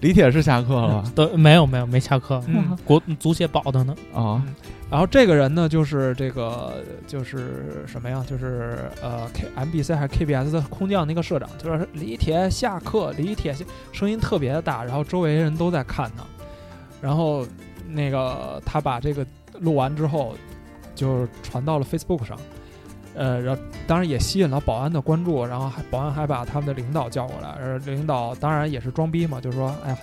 Speaker 2: 李铁是下课了吧 [LAUGHS]
Speaker 4: 都没有没有没下课，
Speaker 3: 嗯，
Speaker 4: 国足协保的呢。
Speaker 2: 啊？
Speaker 3: 然后这个人呢，就是这个就是什么呀？就是呃，K MBC 还是 KBS 的空降那个社长，就是李铁下课，李铁下声音特别的大，然后周围人都在看他。然后那个他把这个录完之后，就传到了 Facebook 上，呃，然后当然也吸引了保安的关注，然后还保安还把他们的领导叫过来，而领导当然也是装逼嘛，就说哎呀，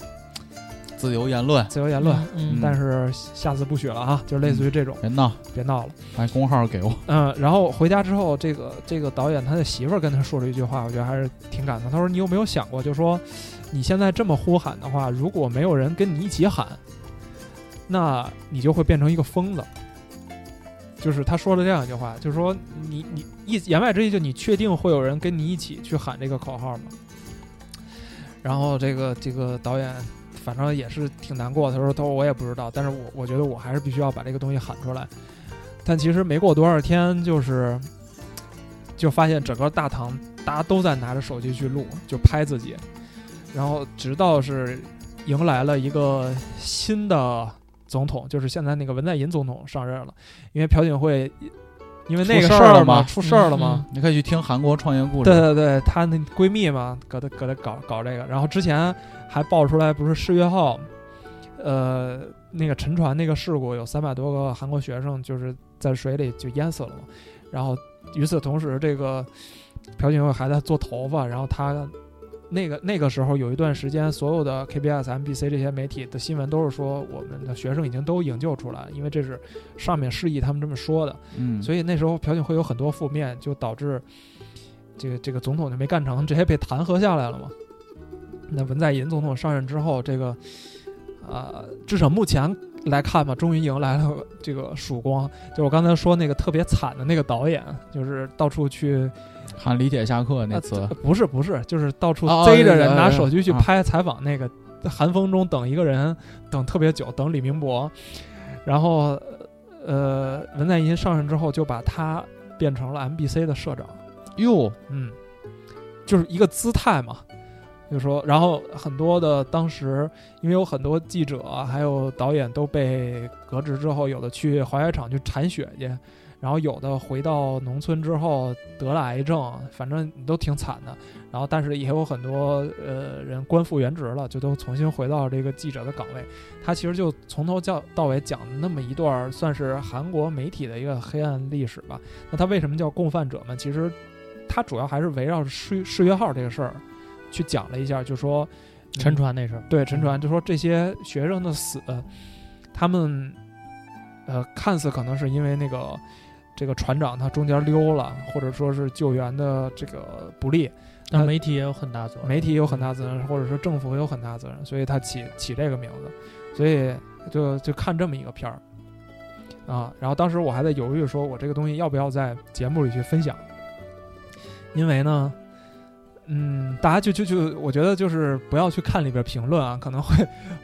Speaker 2: 自由言论，
Speaker 3: 自由言论，
Speaker 4: 嗯
Speaker 3: 但是下次不许了啊，就类似于这种，
Speaker 2: 别闹，
Speaker 3: 别闹了。
Speaker 2: 把工号给我。
Speaker 3: 嗯，然后回家之后，这个这个导演他的媳妇儿跟他说了一句话，我觉得还是挺感动。他说：“你有没有想过，就说你现在这么呼喊的话，如果没有人跟你一起喊，那你就会变成一个疯子。”就是他说了这样一句话，就是说你你意言外之意就你确定会有人跟你一起去喊这个口号吗？然后这个这个导演反正也是挺难过，他说他说我也不知道，但是我我觉得我还是必须要把这个东西喊出来。但其实没过多少天，就是就发现整个大堂大家都在拿着手机去录，就拍自己，然后直到是迎来了一个新的总统，就是现在那个文在寅总统上任了，因为朴槿惠因为那个
Speaker 2: 出事儿
Speaker 3: 儿
Speaker 2: 了
Speaker 3: 嘛
Speaker 2: 吗
Speaker 3: 出事儿了嘛，
Speaker 4: 嗯
Speaker 2: [LAUGHS] 你可以去听韩国创业故事。
Speaker 3: 对对对，她那闺蜜嘛，搁她搁她搞搞这个，然后之前还爆出来不是世越号，呃，那个沉船那个事故，有三百多个韩国学生就是在水里就淹死了嘛。然后与此同时，这个朴槿惠还在做头发，然后她那个那个时候有一段时间，所有的 KBS、MBC 这些媒体的新闻都是说我们的学生已经都营救出来，因为这是上面示意他们这么说的。
Speaker 2: 嗯，
Speaker 3: 所以那时候朴槿惠有很多负面，就导致这个这个总统就没干成，直接被弹劾下来了嘛。那文在寅总统上任之后，这个呃，至少目前来看吧，终于迎来了这个曙光。就我刚才说那个特别惨的那个导演，就是到处去
Speaker 2: 以喊李铁下课那次
Speaker 3: 呃，不是不是，就是到处
Speaker 2: 啊哦哦
Speaker 3: 逮着
Speaker 2: 哦
Speaker 3: 人
Speaker 2: 哦
Speaker 3: 拿
Speaker 2: 哦
Speaker 3: 手机去
Speaker 2: 啊
Speaker 3: 拍采访那个寒风中等一个人，等特别久，等李明博，然后呃，文在寅上任之后就把他变成了 MBC 的社长，
Speaker 2: 呃
Speaker 6: 哟，
Speaker 3: 嗯，就是一个姿态嘛。就说，然后很多的当时，因为有很多记者啊还有导演都被革职之后，有的去滑雪场去铲雪去，然后有的回到农村之后得了癌症，反正都挺惨的。然后，但是也有很多呃人官复原职了，就都重新回到这个记者的岗位。他其实就从头叫到尾讲那么一段，算是韩国媒体的一个黑暗历史吧。那他为什么叫共犯者们？其实他主要还是围绕世世越号这个事儿去讲了一下，就说 [LAUGHS]
Speaker 4: 沉船那事儿，
Speaker 3: 对沉船，就说这些学生的死，他们呃看似可能是因为那个这个船长他中间溜了，或者说是救援的这个不力，
Speaker 4: 但
Speaker 3: 那
Speaker 4: 媒体也有很大责任。
Speaker 3: 媒体有很大责任，或者说政府有很大责任，所以他起起这个名字，所以就就看这么一个片儿啊。然后当时我还在犹豫，说我这个东西要不要在节目里去分享，因为呢，嗯，大家就就就我觉得就是不要去看里边评论啊，可能会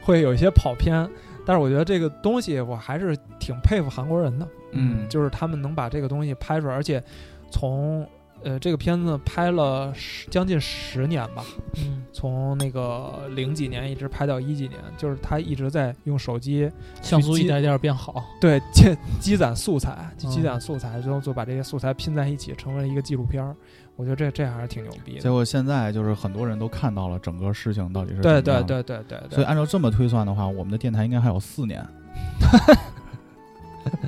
Speaker 3: 会有一些跑偏。但是我觉得这个东西我还是挺佩服韩国人的，
Speaker 6: 嗯
Speaker 3: 就是他们能把这个东西拍出来，而且从呃这个片子拍了十将近十年吧，
Speaker 4: 嗯，
Speaker 3: 从那个零几年一直拍到一几年，就是他一直在用手机
Speaker 4: 像素
Speaker 3: 去
Speaker 4: 一
Speaker 3: 积
Speaker 4: 代代变 [LAUGHS] 好，
Speaker 3: 对积积攒素材，就
Speaker 4: 嗯
Speaker 3: 积攒素材，最后就把这些素材拼在一起，成为了一个纪录片儿。我觉得这这还是挺牛逼
Speaker 2: 结
Speaker 3: 的。
Speaker 2: 果现在就是很多人都看到了整个事情到底是怎
Speaker 3: 对
Speaker 2: 么
Speaker 3: 对
Speaker 2: 样的。
Speaker 3: 对对对
Speaker 2: 所以
Speaker 3: 对，
Speaker 2: 按照这么推算的话，我们的电台应该还有四年，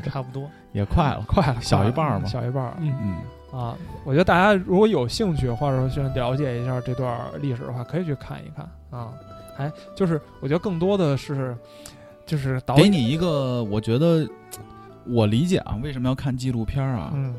Speaker 4: 差不多。
Speaker 2: 也快了。
Speaker 3: 快了，
Speaker 2: 小一半儿
Speaker 3: 嘛，
Speaker 2: 嘛
Speaker 3: 小一半儿
Speaker 4: 嗯，
Speaker 2: 嗯，
Speaker 3: 啊！我觉得大家如果有兴趣，或者说想了解一下这段历史的话，可以去看一看啊。还就是我觉得更多的是，就是导
Speaker 2: 给
Speaker 3: 演，
Speaker 2: 你一个，我觉得我理解啊，为什么要看纪录片儿啊？
Speaker 3: 嗯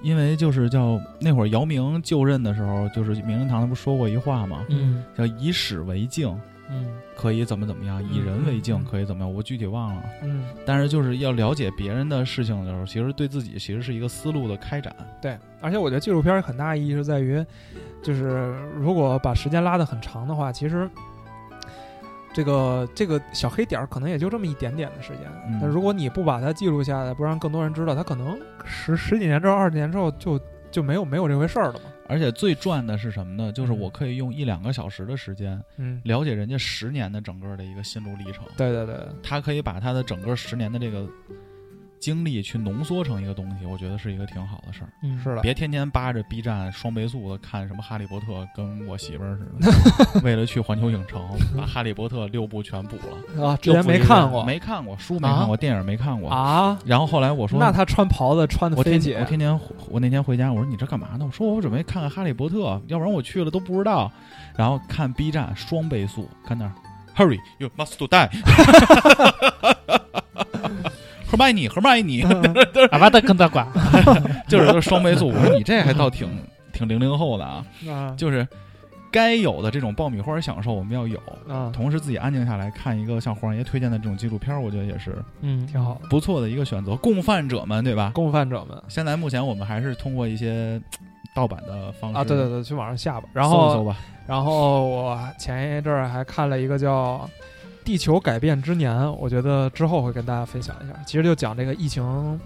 Speaker 2: 因为就是叫那会儿姚明就任的时候，就是名人堂他不说过一话吗？
Speaker 4: 嗯
Speaker 2: 叫以史为镜，
Speaker 4: 嗯
Speaker 2: 可以怎么怎么样；以人为
Speaker 3: 嗯
Speaker 2: 镜，
Speaker 3: 嗯
Speaker 2: 可以怎么样。我具体忘了，
Speaker 3: 嗯，
Speaker 2: 但是就是要了解别人的事情的时候，其实对自己其实是一个思路的开展。
Speaker 3: 对，而且我觉得纪录片儿很大意义是在于，就是如果把时间拉得很长的话，其实这个这个小黑点儿可能也就这么一点点的时间。
Speaker 2: 嗯
Speaker 3: 但如果你不把它记录下来，不让更多人知道，它可能十十几年之后、二十年之后就就没有没有这回事儿了嘛。
Speaker 2: 而且最赚的是什么呢？就是我可以用一两个小时的时间
Speaker 3: 嗯，
Speaker 2: 了解人家十年的整个的一个心路历程，
Speaker 3: 对对对，
Speaker 2: 他可以把他的整个十年的这个经历去浓缩成一个东西，我觉得是一个挺好的事儿。
Speaker 4: 嗯，
Speaker 3: 是的。
Speaker 2: 别天天扒着 B 站双倍速的看什么《哈利波特》，跟我媳妇儿似
Speaker 3: [LAUGHS]
Speaker 2: 的，为了去环球影城把《哈利波特》六部全补了。
Speaker 3: 啊，之前没看过
Speaker 2: 没看过书没看过，电影没看过。
Speaker 3: 啊。
Speaker 2: 然后后来我说，
Speaker 3: 那他穿袍子穿的
Speaker 2: 我
Speaker 3: 飞
Speaker 2: 天
Speaker 3: 姐，
Speaker 2: 天我天天回我那天回家，我说你这干嘛呢？我说我准备看看《哈利波特》，要不然我去了都不知道。然后看 B 站双倍速，看那儿，Hurry, you must die 。Hermione, Hermione，
Speaker 4: 阿巴达跟他管，
Speaker 2: [LAUGHS] 就是都是双倍速。我说你这还倒挺挺零零后的啊，
Speaker 3: 啊
Speaker 2: 就是该有的这种爆米花享受我们要有，
Speaker 3: 啊，
Speaker 2: 同时自己安静下来看一个像黄爷推荐的这种纪录片，我觉得也是
Speaker 4: 嗯，
Speaker 3: 挺好。的。
Speaker 2: 不错的一个选择。共犯者们，对吧？
Speaker 3: 共犯者们
Speaker 2: 现在目前我们还是通过一些嘖盗版的方式
Speaker 3: 啊，对对对，去网上下吧。然
Speaker 2: 搜一
Speaker 3: 后
Speaker 2: 搜吧，
Speaker 3: 然后我前一阵儿还看了一个叫《地球改变之年》，我觉得之后会跟大家分享一下。其实就讲这个疫情，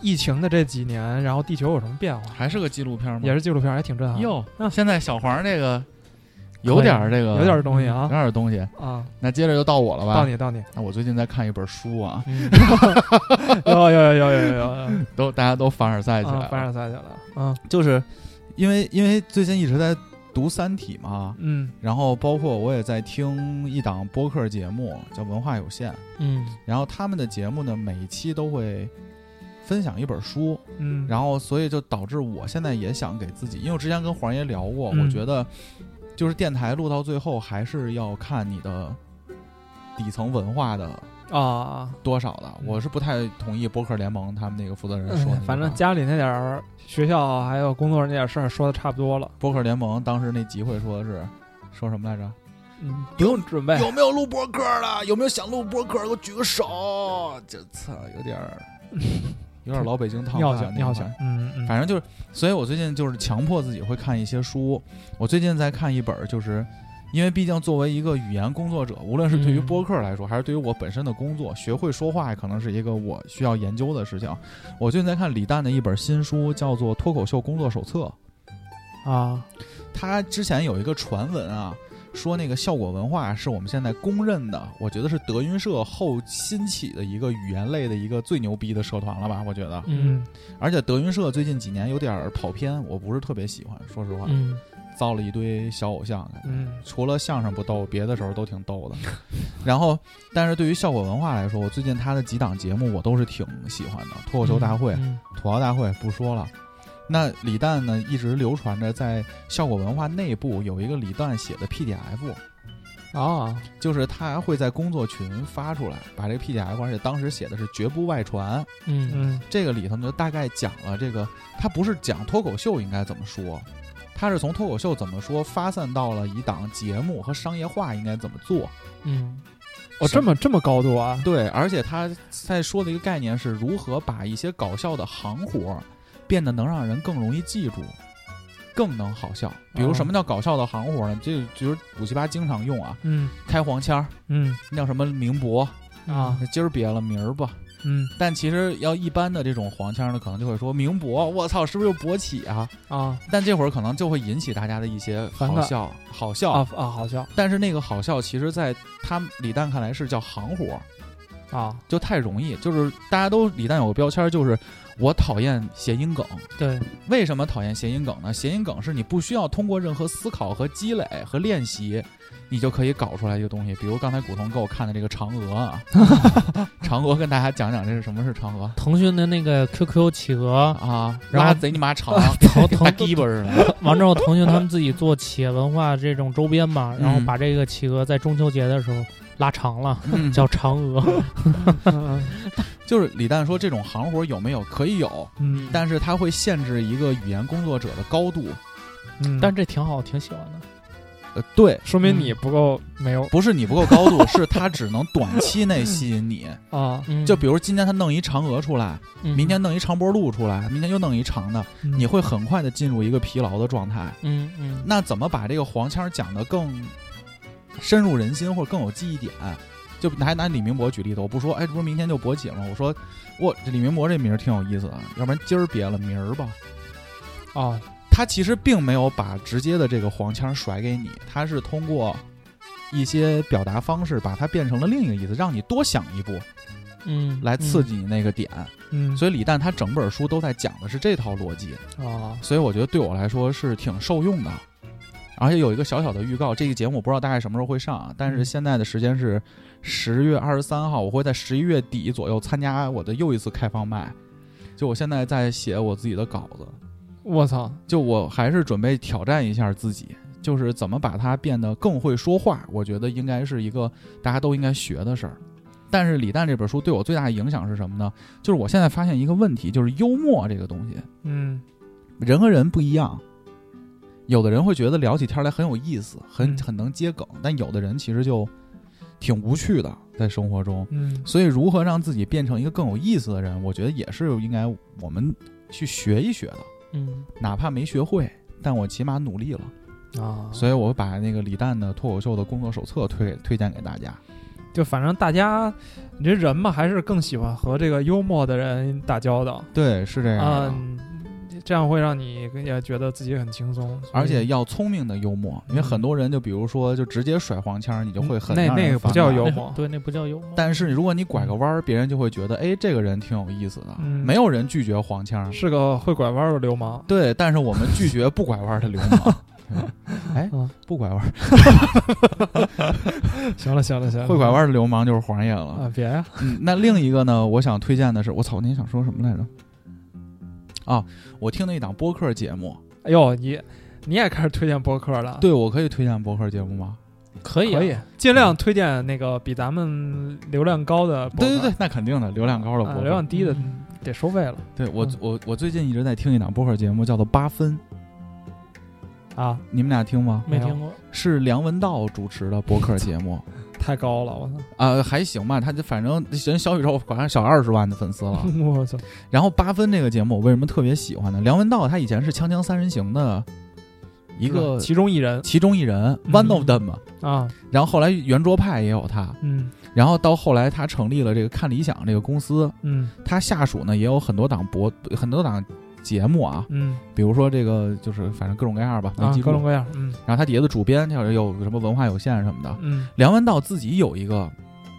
Speaker 3: 疫情的这几年，然后地球有什么变化，
Speaker 2: 还是个纪录片吗？
Speaker 3: 也是纪录片，还挺震撼
Speaker 2: 嗯
Speaker 3: 的，
Speaker 2: 哟
Speaker 3: 嗯，
Speaker 2: 现在小黄这个有点儿这个
Speaker 3: 有点儿东西
Speaker 2: 有
Speaker 3: 啊
Speaker 2: 点儿东西。
Speaker 3: 啊！
Speaker 2: 那接着就到我了吧？
Speaker 3: 到你到你， [LAUGHS]
Speaker 2: 那我最近在看一本书啊，
Speaker 3: 有有有有有
Speaker 2: [LAUGHS]
Speaker 3: 有有，
Speaker 2: 都大家都凡尔赛起
Speaker 3: 啊，
Speaker 2: 来
Speaker 3: 凡
Speaker 2: 了，
Speaker 3: 尔赛去了，啊
Speaker 2: 就是因为因为最近一直在读《三体》嘛，
Speaker 3: 嗯
Speaker 2: 然后包括我也在听一档播客节目叫《文化有限》，
Speaker 4: 嗯
Speaker 2: 然后他们的节目呢，每一期都会分享一本书，
Speaker 3: 嗯，
Speaker 2: 然后所以就导致我现在也想给自己，因为我之前跟黄爷聊过，
Speaker 3: 嗯
Speaker 2: 我觉得就是电台录到最后还是要看你的底层文化的
Speaker 3: 后啊，
Speaker 2: 多少的，
Speaker 3: 嗯
Speaker 2: 我是不太同意播客联盟他们那个负责人说的那
Speaker 3: 嗯
Speaker 2: 个，
Speaker 3: [LAUGHS] 反正家里那点儿、学校还有工作那点事儿说的差不多了，
Speaker 2: 播客联盟当时那集会说的是说什么来着？
Speaker 3: 嗯，不用准
Speaker 1: 哎
Speaker 3: 备，
Speaker 2: 有没有录播客的？有没有想录播客的？给我举个手。这操，有点儿，有点儿老北京烫
Speaker 3: 尿
Speaker 2: 饭
Speaker 3: 性
Speaker 2: 那
Speaker 3: 尿
Speaker 2: 种
Speaker 3: 性
Speaker 2: 感觉，
Speaker 3: 嗯嗯，
Speaker 2: 反正就是，所以我最近就是强迫自己会看一些书。我最近在看一本，就是因为毕竟作为一个语言工作者，无论是对于
Speaker 4: 嗯
Speaker 2: 播客来说，还是对于我本身的工作，学会说话可能是一个我需要研究的事情。我最近在看李诞的一本新书，叫做《脱口秀工作手册》。
Speaker 3: 啊，
Speaker 2: 他之前有一个传闻啊，说那个效果文化是我们现在公认的，我觉得是德云社后兴起的一个语言类的一个最牛逼的社团了吧？我觉得，
Speaker 4: 嗯
Speaker 2: 而且德云社最近几年有点儿跑偏，我不是特别喜欢，说实话，
Speaker 4: 嗯
Speaker 2: 造了一堆小偶像，感觉
Speaker 3: 嗯
Speaker 2: 除了相声不逗，别的时候都挺逗的。然后，但是对于效果文化来说，我最近他的几档节目我都是挺喜欢的，脱口秀大会、
Speaker 4: 嗯
Speaker 2: 吐槽大会不说了。那李诞呢，一直流传着在效果文化内部有一个李诞写的 PDF，
Speaker 3: 啊，
Speaker 2: 就是他会在工作群发出来，把这个 PDF，而且当时写的是绝不外传。
Speaker 4: 嗯
Speaker 3: 嗯
Speaker 2: 这个里头呢，大概讲了这个，他不是讲脱口秀应该怎么说，他是从脱口秀怎么说发散到了一档节目和商业化应该怎么做。
Speaker 4: 嗯
Speaker 3: 哦，这么这么高度啊，
Speaker 2: 对，而且他在说的一个概念是如何把一些搞笑的行活儿变得能让人更容易记住，更能好笑。比如
Speaker 3: 哦
Speaker 2: 什么叫搞笑的行活儿呢？这就是五七八经常用啊，
Speaker 3: 嗯
Speaker 2: 开黄腔儿，
Speaker 3: 嗯
Speaker 2: 那叫什么名博，
Speaker 3: 啊
Speaker 2: 今儿别了，明儿吧。
Speaker 3: 嗯
Speaker 2: 但其实要一般的这种黄腔儿呢，可能就会说明博，我操，是不是又勃起啊？
Speaker 3: 啊
Speaker 2: 但这会儿可能就会引起大家的一些
Speaker 3: 反
Speaker 2: 好
Speaker 3: 感
Speaker 2: 笑，好笑。
Speaker 3: 啊啊，好笑
Speaker 2: 但是那个好笑，其实在他们李诞看来是叫行活儿。
Speaker 3: 啊，
Speaker 2: 就太容易，就是大家都李诞有个标签儿，就是我讨厌谐音梗。
Speaker 4: 对
Speaker 2: 为什么讨厌谐音梗呢？谐音梗是你不需要通过任何思考和积累和练习，你就可以搞出来一个东西。比如刚才古潼给我看的这个嫦娥啊，嫦娥跟大家讲讲这是什么是嫦娥
Speaker 4: 腾讯的那个 QQ 企鹅，
Speaker 2: [LAUGHS] 啊，
Speaker 4: 然后
Speaker 2: 拉贼你妈长，大
Speaker 4: 腾腾
Speaker 2: 鸡巴似的。
Speaker 4: 完之后，腾讯他们自己做企业文化这种周边嘛，然后把这个企鹅在中秋节的时候拉长了，
Speaker 2: 嗯
Speaker 4: 叫嫦娥。
Speaker 3: 嗯
Speaker 2: 就是李诞说这种行活有没有？可以有，
Speaker 3: 嗯，
Speaker 2: 但是他会限制一个语言工作者的高度。
Speaker 3: 嗯
Speaker 4: 但这挺好，挺喜欢的。
Speaker 2: 呃，对，
Speaker 3: 说明你不够没有
Speaker 2: 不是你不够高度，是他只能短期内吸引你。
Speaker 3: 啊，
Speaker 4: 嗯，
Speaker 2: 就比如今天他弄一嫦娥出来，
Speaker 4: 嗯
Speaker 2: 明天弄一长脖鹿出来，明天又弄一长的，你会很快的进入一个疲劳的状态。
Speaker 4: 嗯嗯
Speaker 2: 那怎么把这个黄腔讲得更深入人心或者更有记忆点？就拿拿李明博举例子，我不说，哎，这不是明天就勃起吗？我说，我这李明博这名儿挺有意思的，要不然今儿别了，明儿吧。
Speaker 3: 啊
Speaker 2: 他其实并没有把直接的这个黄腔甩给你，他是通过一些表达方式把它变成了另一个意思，让你多想一步
Speaker 4: 嗯，
Speaker 2: 来刺激你那个点。
Speaker 3: 嗯
Speaker 2: 所以李诞他整本书都在讲的是这套逻辑，
Speaker 3: 啊
Speaker 2: 所以我觉得对我来说是挺受用的。而且有一个小小的预告，这个节目我不知道大概什么时候会上啊，但是现在的时间是十月二十三号，我会在十一月底左右参加我的又一次开放麦。就我现在在写我自己的稿子，
Speaker 3: 我操
Speaker 2: 就我还是准备挑战一下自己，就是怎么把它变得更会说话。我觉得应该是一个大家都应该学的事儿。但是李诞这本书对我最大的影响是什么呢？就是我现在发现一个问题，就是幽默这个东西，
Speaker 3: 嗯
Speaker 2: 人和人不一样。有的人会觉得聊起天来很有意思，很
Speaker 3: 嗯
Speaker 2: 很能接梗，但有的人其实就挺无趣的，在生活中。
Speaker 3: 嗯
Speaker 2: 所以，如何让自己变成一个更有意思的人，我觉得也是应该我们去学一学的。
Speaker 4: 嗯
Speaker 2: 哪怕没学会，但我起码努力了。
Speaker 3: 啊，
Speaker 2: 所以我把那个李诞的脱口秀的工作手册推给推荐给大家。
Speaker 3: 就反正大家，你这人嘛，还是更喜欢和这个幽默的人打交道。
Speaker 2: 对，啊是这样的。
Speaker 3: 嗯，这样会让你也觉得自己很轻松，
Speaker 2: 而且要聪明的幽默，因为很多人就比如说就直接甩黄腔，你就会很
Speaker 3: 嗯那
Speaker 2: 让人
Speaker 3: 那个不
Speaker 2: 反
Speaker 3: 叫
Speaker 2: 感
Speaker 3: 幽
Speaker 4: 那
Speaker 3: 默
Speaker 4: 对，那不叫幽默。
Speaker 2: 但是如果你拐个弯儿，别人就会觉得哎，这个人挺有意思的。
Speaker 3: 嗯
Speaker 2: 没有人拒绝黄腔，
Speaker 3: 是个会拐弯的流氓。 [LAUGHS]
Speaker 2: 对，但是我们拒绝不拐弯儿的流氓。哎
Speaker 3: 嗯，
Speaker 2: 不拐弯儿，
Speaker 3: 行了行了行了，
Speaker 2: 会拐弯儿的流氓就是黄爷了。
Speaker 3: 啊！别呀、 [LAUGHS]
Speaker 2: 嗯，那另一个呢，我想推荐的是，我操，您想说什么来着？啊，我听了一档播客节目，
Speaker 3: 哎呦，你你也开始推荐播客了？，
Speaker 2: 对我可以推荐播客节目吗？
Speaker 4: 可以啊
Speaker 3: 可以，哎尽量推荐那个比咱们流量高的播客。
Speaker 2: 对对对，那肯定的，流量高的播
Speaker 3: 啊
Speaker 2: 客。
Speaker 3: 流量低的嗯
Speaker 4: 嗯
Speaker 3: 得收费了
Speaker 2: 对我我我最近一直在听一档播客节目，叫做《八分》，
Speaker 3: 啊！
Speaker 2: 你们俩听吗？
Speaker 4: 没听过。
Speaker 2: 是梁文道主持的播客节目
Speaker 3: [LAUGHS] 太高了，
Speaker 2: [LAUGHS]
Speaker 3: 我操！
Speaker 2: 啊、还行吧，他就反正人小宇宙管上小二十万的粉丝了。
Speaker 3: 我操！
Speaker 2: 然后《八分》这个节目，我为什么特别喜欢呢？梁文道他以前是《锵锵三人行》的一个
Speaker 3: 其嗯中一人
Speaker 2: 其中一人，one of them 嘛。
Speaker 3: 啊，
Speaker 2: 然后后来圆桌派也有他，
Speaker 3: 嗯
Speaker 2: 然后到后来他成立了这个看理想这个公司，
Speaker 3: 嗯
Speaker 2: 他下属呢也有很多档博很多档节目啊，
Speaker 3: 嗯
Speaker 2: 比如说这个就是反正各种各样吧，没
Speaker 3: 啊
Speaker 2: 记，住。
Speaker 3: 各种各样，嗯
Speaker 2: 然后他底下的主编叫有什么文化有限什么的。
Speaker 3: 嗯
Speaker 2: 梁文道自己有一个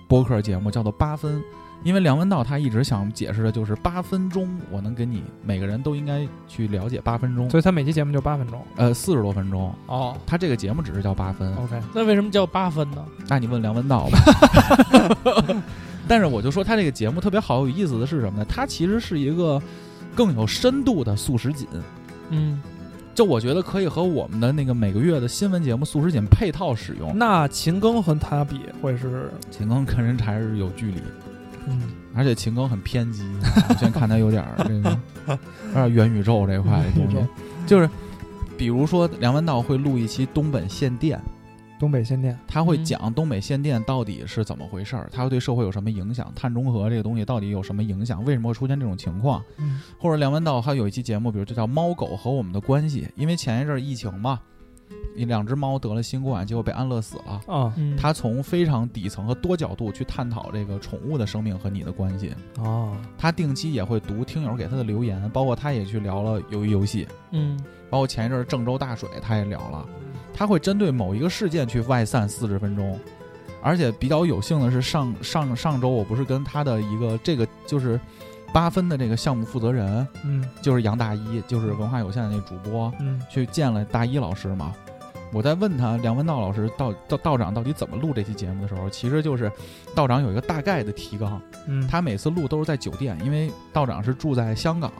Speaker 2: 播客节目叫做《八分》，因为梁文道他一直想解释的就是八分钟，我能给你每个人都应该去了解八分钟，
Speaker 3: 所以他每期节目就八分钟
Speaker 2: 呃，四十多分钟。
Speaker 3: 哦
Speaker 2: 他这个节目只是叫八分，
Speaker 3: ，OK，
Speaker 4: 那为什么叫八分呢？
Speaker 3: 嗯
Speaker 2: 那你问梁文道吧。 [LAUGHS] 但是我就说他这个节目特别好，有意思的是什么呢？它其实是一个更有深度的素食锦，
Speaker 4: 嗯，
Speaker 2: 就我觉得可以和我们的那个每个月的新闻节目素食锦配套使用。
Speaker 3: 那秦庚和他比会是
Speaker 2: 秦庚跟人还是有距离，
Speaker 3: 嗯
Speaker 2: 而且秦庚很偏激，我现在看他有点儿
Speaker 3: [LAUGHS]
Speaker 2: 这个，有点儿元宇宙这块的东西
Speaker 3: 元宇，
Speaker 2: 就是比如说梁文道会录一期东本县店，
Speaker 3: 东北限电，
Speaker 2: 他会
Speaker 4: 嗯
Speaker 2: 讲东北限电到底是怎么回事儿，它会对社会有什么影响，碳中和这个东西到底有什么影响，为什么会出现这种情况，
Speaker 3: 嗯
Speaker 2: 或者梁文道还有一期节目，比如就叫《猫狗和我们的关系》，因为前一阵儿疫情嘛，一两只猫得了新冠，结果被安乐死了。
Speaker 3: 啊
Speaker 4: 嗯
Speaker 2: 他从非常底层和多角度去探讨这个宠物的生命和你的关系。
Speaker 3: 哦，
Speaker 2: 他定期也会读听友给他的留言，包括他也去聊了鱿鱼游戏，
Speaker 4: 嗯
Speaker 2: 包括前一阵儿郑州大水他也聊了。他会针对某一个事件去外散四十分钟，而且比较有幸的是上上上周我不是跟他的一个这个就是八分的这个项目负责人
Speaker 3: 嗯
Speaker 2: 就是杨大一，就是文化有限的那主播，
Speaker 3: 嗯
Speaker 2: 去见了大一老师嘛。我在问他梁文道老师道道道长到底怎么录这期节目的时候，其实就是道长有一个大概的提纲，
Speaker 3: 嗯，
Speaker 2: 他每次录都是在酒店，因为道长是住在香港，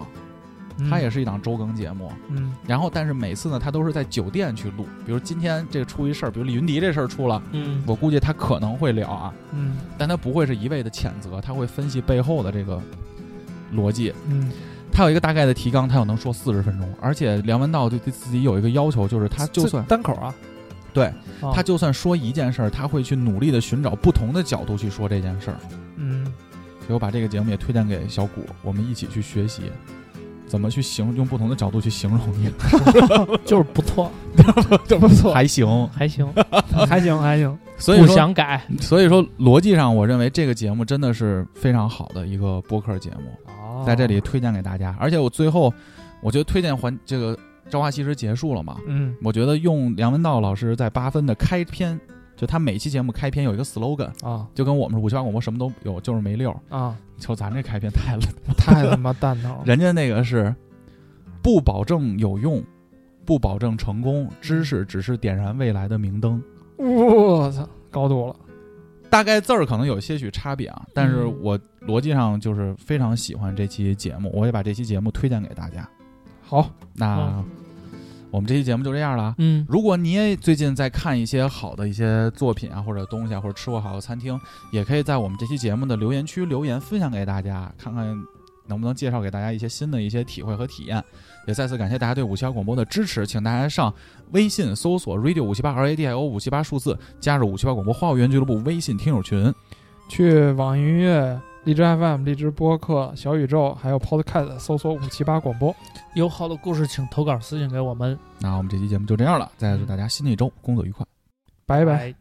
Speaker 3: 嗯
Speaker 2: 他也是一档周更节目。
Speaker 3: 嗯
Speaker 2: 然后，但是每次呢，他都是在酒店去录。比如今天这个出一事儿，比如李云迪这事儿出了，
Speaker 4: 嗯
Speaker 2: 我估计他可能会聊啊，
Speaker 3: 嗯
Speaker 2: 但他不会是一味的谴责，他会分析背后的这个逻辑。
Speaker 3: 嗯，
Speaker 2: 他有一个大概的提纲，他有能说四十分钟。而且梁文道对对自己有一个要求，就是他就
Speaker 3: 这
Speaker 2: 算
Speaker 3: 单口啊，
Speaker 2: 对
Speaker 3: 哦，
Speaker 2: 他就算说一件事儿，他会去努力的寻找不同的角度去说这件事儿。
Speaker 3: 嗯
Speaker 2: 所以我把这个节目也推荐给小谷，我们一起去学习怎么去形用不同的角度去形容你，
Speaker 4: 就是不错，
Speaker 3: 就不错，
Speaker 2: 还行。
Speaker 4: 还行，
Speaker 3: 还行还行，
Speaker 2: 所以
Speaker 4: 不
Speaker 2: 说，
Speaker 4: 想改。
Speaker 2: 所以说逻辑上，我认为这个节目真的是非常好的一个播客节目，
Speaker 3: 哦
Speaker 2: [LAUGHS] 在这里，推荐给大家。而且我最后，我觉得推荐环这个朝花夕拾结束了嘛，
Speaker 3: 嗯
Speaker 2: 我觉得用梁文道老师在八分的开篇，就他每期节目开篇有一个 slogan，
Speaker 3: 啊
Speaker 2: 就跟我们是五七八广播什么都有，就是没溜儿。
Speaker 3: 啊，
Speaker 2: 就咱这开篇太了。
Speaker 3: 太他妈蛋疼了，
Speaker 2: [LAUGHS] 人家那个是不保证有用，不保证成功，知识只是点燃未来的明灯。
Speaker 3: 我操，高度了，
Speaker 2: 大概字儿可能有些许差别啊，但是
Speaker 4: 嗯
Speaker 2: 我逻辑上就是非常喜欢这期节目，我也把这期节目推荐给大家。
Speaker 3: 好，
Speaker 2: 那
Speaker 4: 好
Speaker 2: 我们这期节目就这样了啊。
Speaker 4: 嗯，
Speaker 2: 如果你也最近在看一些好的一些作品啊，或者东西啊，或者吃过好的餐厅，也可以在我们这期节目的留言区留言分享给大家，看看能不能介绍给大家一些新的一些体会和体验。也再次感谢大家对五七八广播的支持，请大家上微信搜索 radio 五七八 r a d i o 五七八数字，加入五七八广播花园俱乐部微信听友群。
Speaker 3: 去网易云音乐、荔枝 FM、荔枝播客、小宇宙，还有 Podcast 搜索五七八广播。
Speaker 4: 有好的故事请投稿私信给我们，
Speaker 2: 那我们这期节目就这样了，再祝大家新的一周工作愉快。
Speaker 3: 拜拜。。
Speaker 4: 哎
Speaker 7: 哦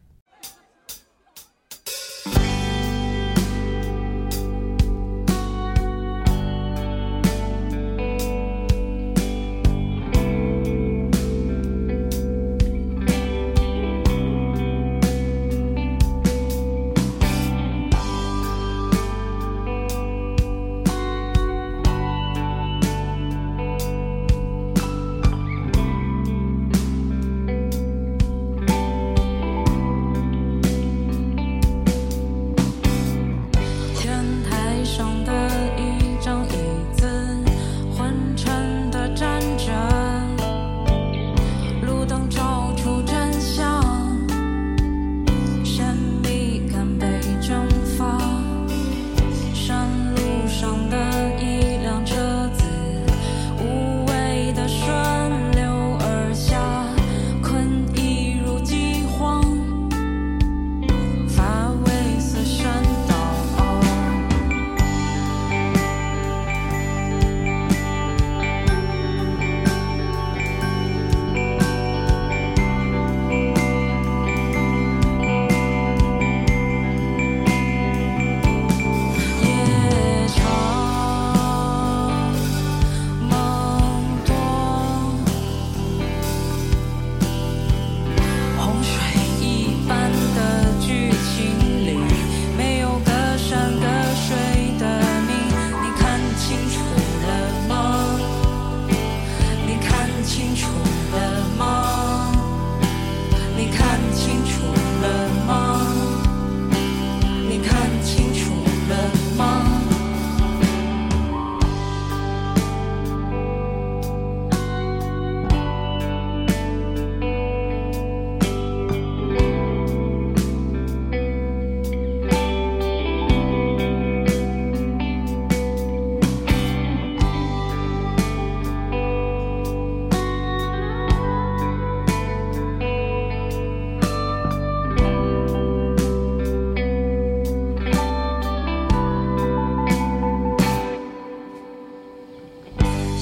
Speaker 7: 嗯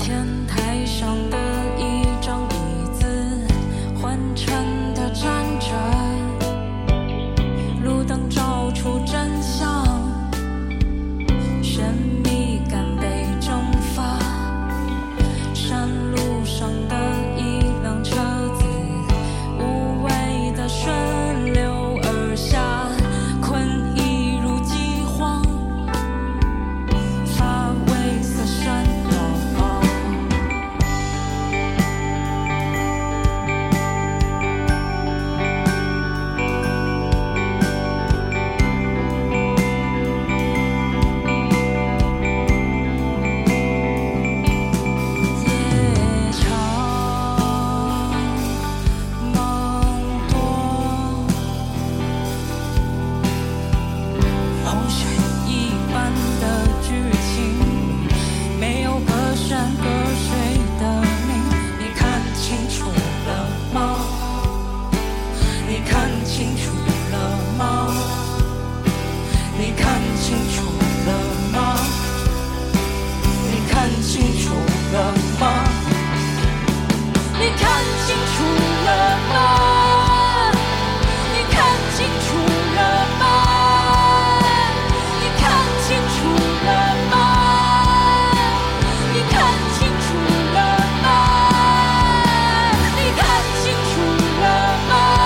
Speaker 7: 天台上的一张椅子，缓沉地站着，路灯照出真相，神秘感被蒸发。山路上的一辆车子，无谓地顺流而下，困意如饥荒。发尾色山老猫，夜长梦多。洪水一般的剧情，没有隔山隔水的你，你看清楚了吗？你看清楚了吗？你看清楚了吗？你看清楚了吗？你看清楚了吗？你看清楚了吗？你看清楚了吗？你看清楚了吗？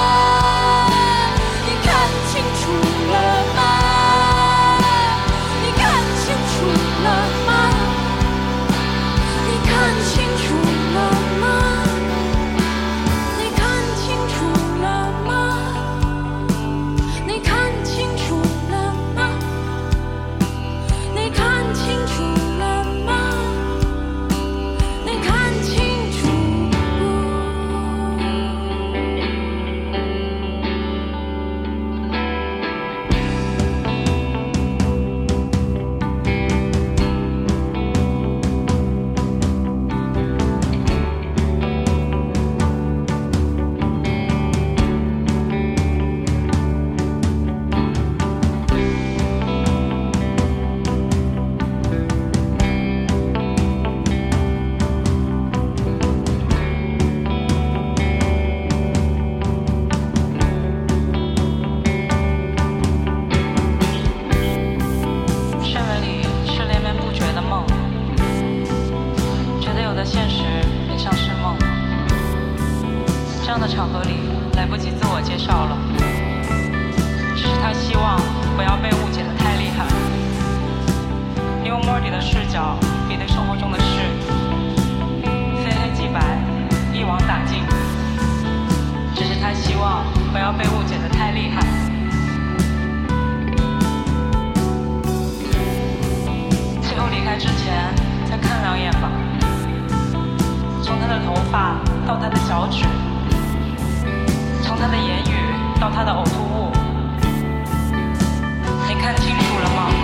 Speaker 7: 你看清楚了吗？你看清楚了吗？你看清楚了吗？你看清楚了吗？你看清楚了吗？你看清楚了吗？你看清楚了吗？你看清楚。
Speaker 8: 睡眠里是连绵不绝的梦，觉得有的现实也像是梦。这样的场合里，来不及自我介绍了，只是他希望不要被误解的太厉害，因为莫里的视角比对生活中的事，非黑即白，一网打尽。只是他希望不要被误解的太厉害。最后离开之前再看两眼吧。从他的头发到他的脚趾，从他的言语到他的呕吐物，你看清楚了吗？